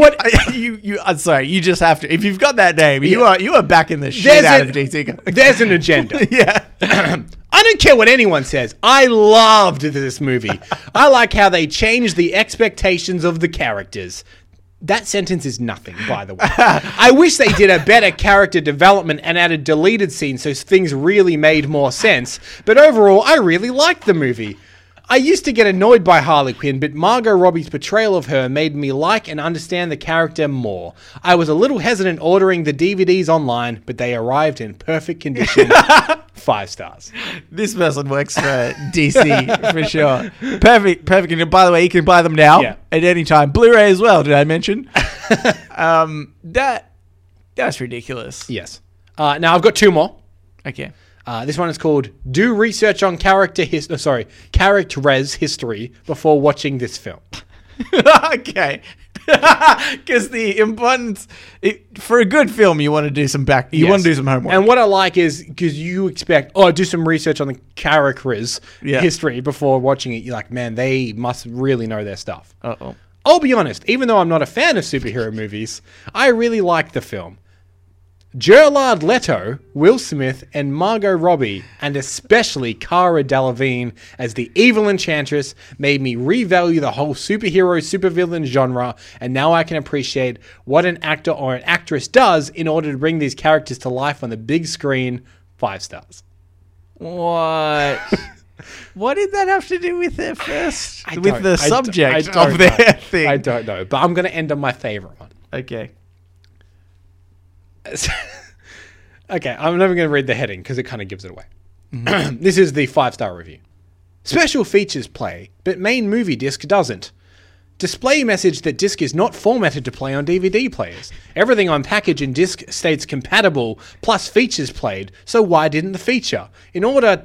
what. you you. I'm sorry. You just have to. If you've got that name, you Yeah. are you are back in the There's shit out an- of DC. there's an agenda. yeah. I don't care what anyone says. I loved this movie. I like how they changed the expectations of the characters. That sentence is nothing, by the way. I wish they did a better character development and added deleted scenes so things really made more sense. But overall, I really liked the movie. I used to get annoyed by Harley Quinn, but Margot Robbie's portrayal of her made me like and understand the character more. I was a little hesitant ordering the DVDs online, but they arrived in perfect condition. Five stars. This person works for DC for sure. Perfect, perfect. And by the way, you can buy them now Yeah. at any time. Blu-ray as well. Did I mention? um, that that's ridiculous. Yes. Uh, now I've got two more. Okay. Uh, this one is called "Do Research on Character His." No, sorry, Character's History Before Watching This Film." okay. Because the importance it, for a good film, you want to do some back. You want to do some homework. And what I like is because you expect, oh, do some research on the characters' Yeah. history before watching it. You're like, man, they must really know their stuff. uh oh. I'll be honest, even though I'm not a fan of superhero movies, I really like the film. Gerard Leto, Will Smith, and Margot Robbie, and especially Cara Delevingne as the evil enchantress, made me revalue the whole superhero supervillain genre, and now I can appreciate what an actor or an actress does in order to bring these characters to life on the big screen. Five stars. What? what did that have to do with their first? I with don't- the I d- I subject don't of their know. thing. I don't know, but I'm going to end on my favorite one. Okay. Okay, I'm never going to read the heading because it kind of gives it away. this is the five star review. Special features play, but main movie disc doesn't. Display message that disc is not formatted to play on DVD players. Everything on package and disc states compatible, plus features played, so why didn't the feature? In order.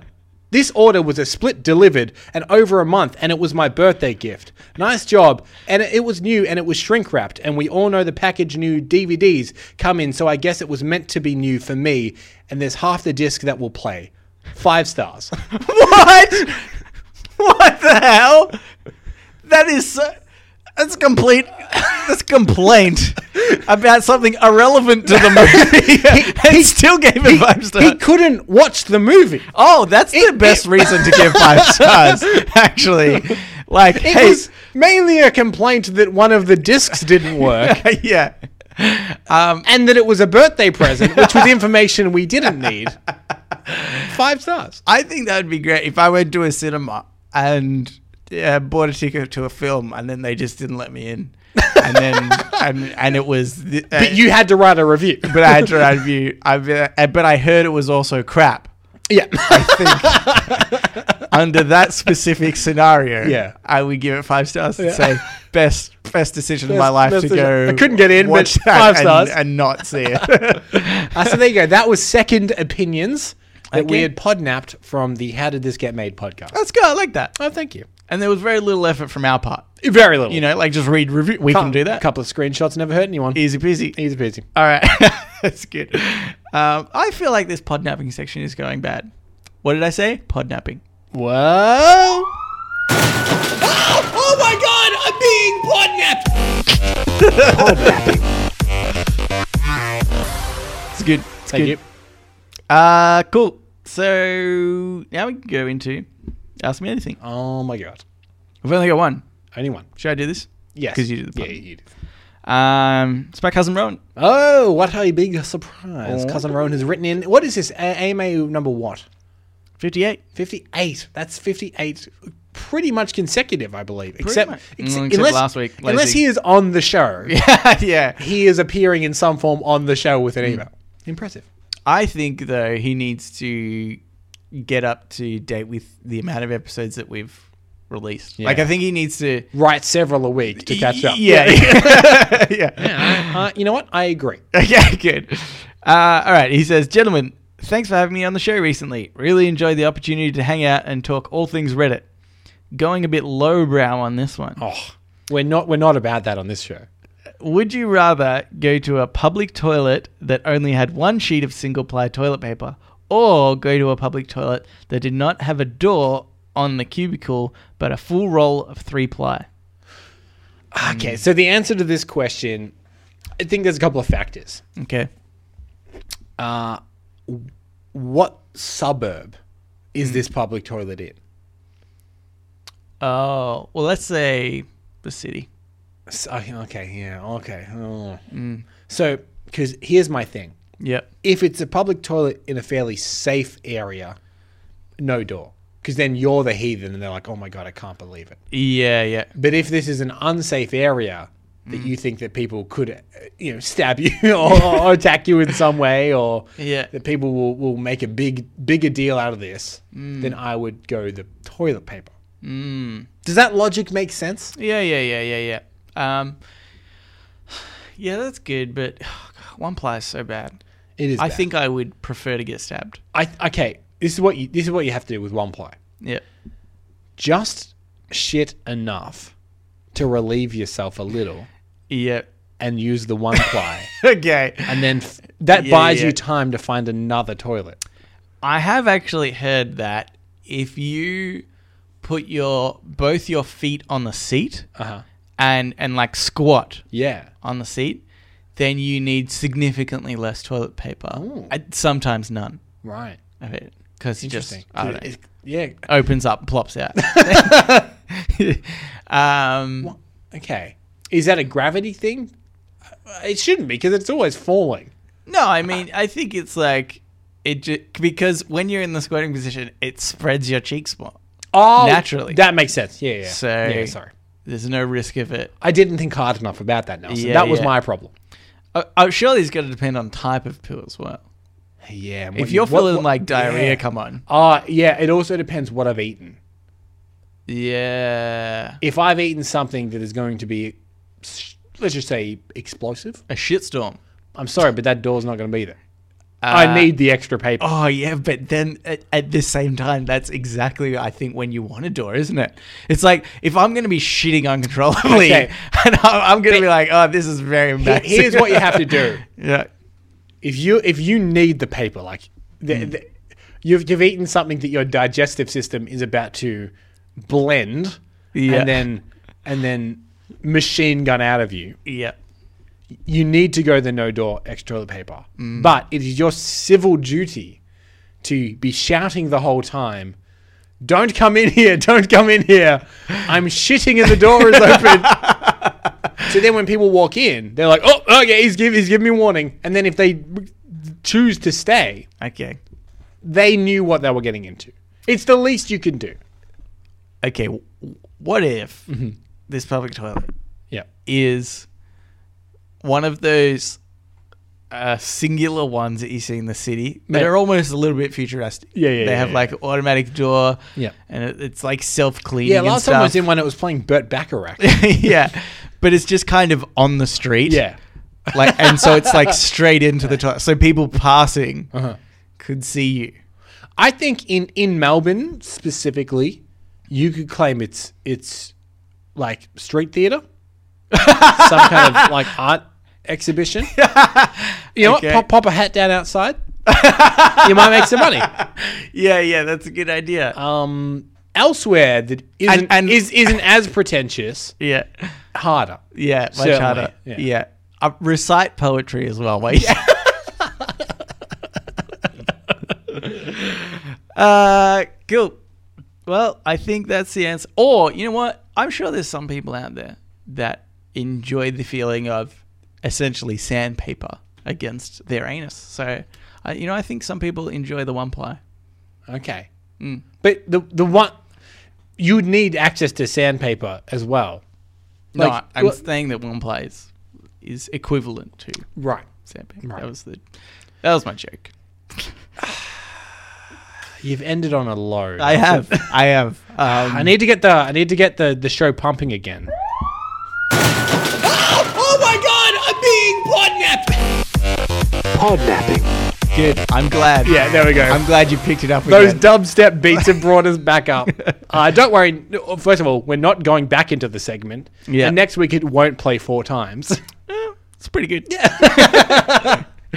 This order was a split delivered and over a month, and it was my birthday gift. Nice job. And it was new and it was shrink wrapped, and we all know the package new DVDs come in, so I guess it was meant to be new for me. And there's half the disc that will play. Five stars. What? what the hell? That is so. That's complete. That's complaint about something irrelevant to the movie. and still gave it five stars. he couldn't watch the movie. oh, that's the best reason to give five stars. Actually, like, It hey, was mainly a complaint that one of the discs didn't work yeah. Um, and that it was a birthday present, which was information we didn't need. Five stars. I think that would be great if I went to a cinema and uh, bought a ticket to a film, and then they just didn't let me in, and then and, and it was. The, uh, But you had to write a review. but I had to write a review. I uh, but I heard it was also crap. yeah. Under that specific scenario, Yeah. I would give it five stars and say best best decision of my Best- life best to decision. go. I couldn't get in, but watch that five and- stars. and not see it. Uh, so there you go. That was second opinions that we Okay. had podnapped from the How Did This Get Made podcast. Let's go. I like that. Oh, thank you. And there was very little effort from our part. Very little. You know, like just read review. We can do A that. couple of screenshots never hurt anyone. Easy peasy. Easy peasy. All right, that's good. Um, I feel like this podnapping section is going bad. What did I say? Podnapping. Whoa. Oh my god, I'm being podnapped! Podnapping. It's good. It's Thank good. you. Uh, cool. So now we can go into ask me anything. Oh my god. I've only got one. Anyone? Should I do this? Yes. 'Cause you did the Yeah, pod. you did. Um, it's my cousin Rowan. Oh, what a big surprise. Oh. Cousin Rowan has written in. What is this? A- AMA number what? Fifty-eight. 58. That's 58 pretty much consecutive, I believe. Except, much. ex- Mm, except unless, last week, lazy. Unless he is on the show. Yeah, yeah. He is appearing in some form on the show with an Mm. email. Impressive. I think though he needs to get up to date with the amount of episodes that we've released. Like I think he needs to Write several a week to catch up. Yeah, yeah. yeah. Yeah, uh, you know what? I agree. Okay, good. Uh, all right. He says, Gentlemen, thanks for having me on the show recently. Really enjoyed the opportunity to hang out and talk all things Reddit. Going a bit lowbrow on this one. Oh, we're not we're not about that on this show. Would you rather go to a public toilet that only had one sheet of single ply toilet paper or go to a public toilet that did not have a door on the cubicle but a full roll of three ply? Mm. Okay, so the answer to this question, I think there's a couple of factors. Okay. What suburb is this public toilet in? Oh, well, let's say the city. S- Okay, okay, yeah, okay. oh. So, because here's my thing: Yep. if it's a public toilet in a fairly safe area, no door, because then you're the heathen, and they're like, "Oh my god, I can't believe it." Yeah, yeah. But if this is an unsafe area that you think that people could, uh, you know, stab you or, or attack you in some way, or Yeah. that people will, will make a big bigger deal out of this, Mm. then I would go the toilet paper. Does that logic make sense? Yeah, yeah, yeah, yeah, yeah. Um, yeah, that's good, but one ply is so bad. It is. I bad. think I would prefer to get stabbed. I okay. this is what you this is what you have to do with one ply. Yeah. Just shit enough to relieve yourself a little, Yeah. and use the one ply, Okay. and then f- that Yeah, buys yeah. you time to find another toilet. I have actually heard that if you put your both your feet on the seat uh, Uh-huh. and and like squat Yeah. on the seat, then you need significantly less toilet paper. I, sometimes none Right. of it because you just Interesting. I don't It- know, it- yeah. opens up, plops out. um, Okay. Is that a gravity thing? Uh, It shouldn't be because it's always falling. no, I mean I think it's like it ju- because when you're in the squatting position, it spreads your cheeks more. Oh, Naturally. That makes sense. Yeah. Yeah. So yeah sorry. There's no risk of it I didn't think hard enough about that, Nelson. Yeah, that was yeah. my problem. Oh, oh, surely it's going to depend on type of poo as well. Yeah. and what If you- you're what- feeling what- like diarrhea, yeah. come on. Uh, yeah, it also depends what I've eaten. Yeah. If I've eaten something that is going to be, s- let's just say, explosive, A shitstorm. I'm sorry, but that door's not going to be there. I need the extra paper. Oh, yeah, but then at, at the same time, that's exactly, I think, when you want a door, isn't it? It's like, if I'm going to be shitting uncontrollably, Okay. and I'm, I'm going to be like, oh, this is very Here- embarrassing. Here's what you have to do. yeah. if you if you need the paper, like the, the, you've you've eaten something that your digestive system is about to blend, Yeah. and then and then machine gun out of you. Yeah. You need to go the no door extra toilet paper, but it is your civil duty to be shouting the whole time. Don't come in here! Don't come in here! I'm shitting and the door is open. So then when people walk in, they're like, oh, okay, he's, give, he's giving me warning. And then if they choose to stay, Okay. they knew what they were getting into. It's the least you can do. Okay. w- What if Mm-hmm. this public toilet Yeah. is one of those uh, singular ones that you see in the city that Yeah. are almost a little bit futuristic. Yeah, yeah, They yeah, have yeah, like an automatic door. Yeah. and it, it's like self cleaning. Yeah, and last stuff. time I was in one, it was playing Burt Bacharach. yeah, but it's just kind of on the street. yeah. like and so it's like straight into the toilet, so people passing Uh-huh. could see you. I think in, in Melbourne specifically, you could claim it's it's like street theatre, some kind of like art exhibition. You know Okay. what? Pop, pop a hat down outside. you might make some money. Yeah, yeah, that's a good idea. um, elsewhere that isn't And- and- is, isn't as pretentious, yeah, harder. yeah, much Certainly, harder. yeah. Yeah, Uh, recite poetry as well. Wait. Uh, cool. Well, I think that's the answer. Or you know what? I'm sure there's some people out there that enjoy the feeling of essentially sandpaper against their anus. So, I you know, I think some people enjoy the one ply. Okay, Mm. but the the one you'd need access to sandpaper as well. No, Like, I- I'm well- saying that one ply is, is equivalent to Right. sandpaper. Right. That was the that was my joke. You've ended on a low. I have, I have. Um, I need to get the I need to get the the show pumping again. oh my god! I'm being podnapped. Podnapping. good. I'm glad. Yeah, there we go. I'm glad you picked it up. Those again. dubstep beats have brought us back up. Uh, don't worry. No, First of all, we're not going back into the segment. Yeah. And next week it won't play four times. It's pretty good. Yeah.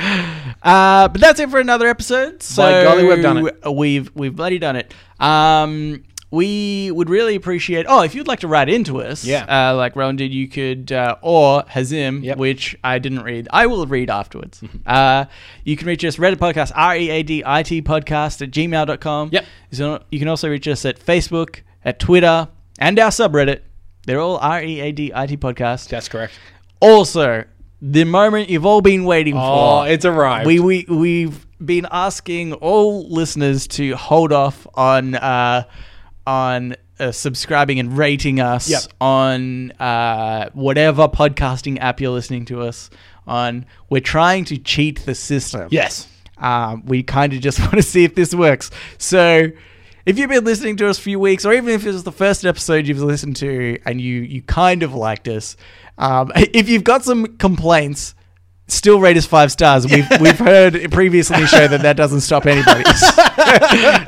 uh, but that's it for another episode. So By golly, we've done it. We've we've bloody done it. Um, we would really appreciate. Oh, if you'd like to write into us, Yeah. uh, like Rowan did, you could, uh, or Hazim, Yep. Mm-hmm. which I didn't read. I will read afterwards. uh, you can reach us Reddit podcast r e a d i t podcast at gmail.com. Yep. So you can also reach us at Facebook, at Twitter, and our subreddit. They're all R E A D I T podcast. That's correct. Also, the moment you've all been waiting Oh, for. it's arrived. we, we we've been asking all listeners to hold off on uh, on uh, subscribing and rating us Yep. on uh, whatever podcasting app you're listening to us on. We're trying to cheat the system. yes. Um, we kind of just want to see if this works. So, if you've been listening to us for a few weeks, or even if this is the first episode you've listened to and you you kind of liked us, um, if you've got some complaints, still rate us five stars. We've we've heard previously in the show that that doesn't stop anybody.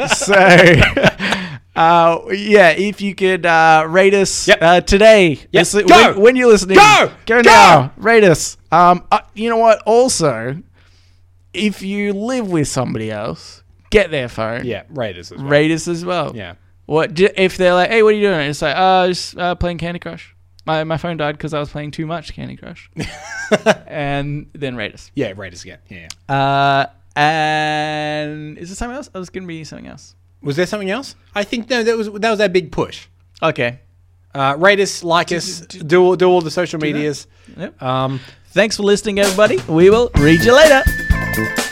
so. Uh, yeah, if you could uh, rate us Yep. uh, today, Yep. this- when- Go. When, you're listening, Go. go Go. now, rate us. Um, uh, you know what? Also, if you live with somebody else, get their phone, Yeah, Raiders as well. rate us as well. yeah. What j- if they're like, hey, what are you doing? It's like, uh, just uh, playing Candy Crush. My my phone died because I was playing too much Candy Crush. and then rate us. Yeah, Raiders again. Yeah. yeah. Uh, and is there something else? Oh, it's gonna be something else. Was there something else? I think no, that was that was our big push. Okay. Uh, rate us, like us, do all, do all the social medias. Yep. Um, Thanks for listening, everybody. We will read you later.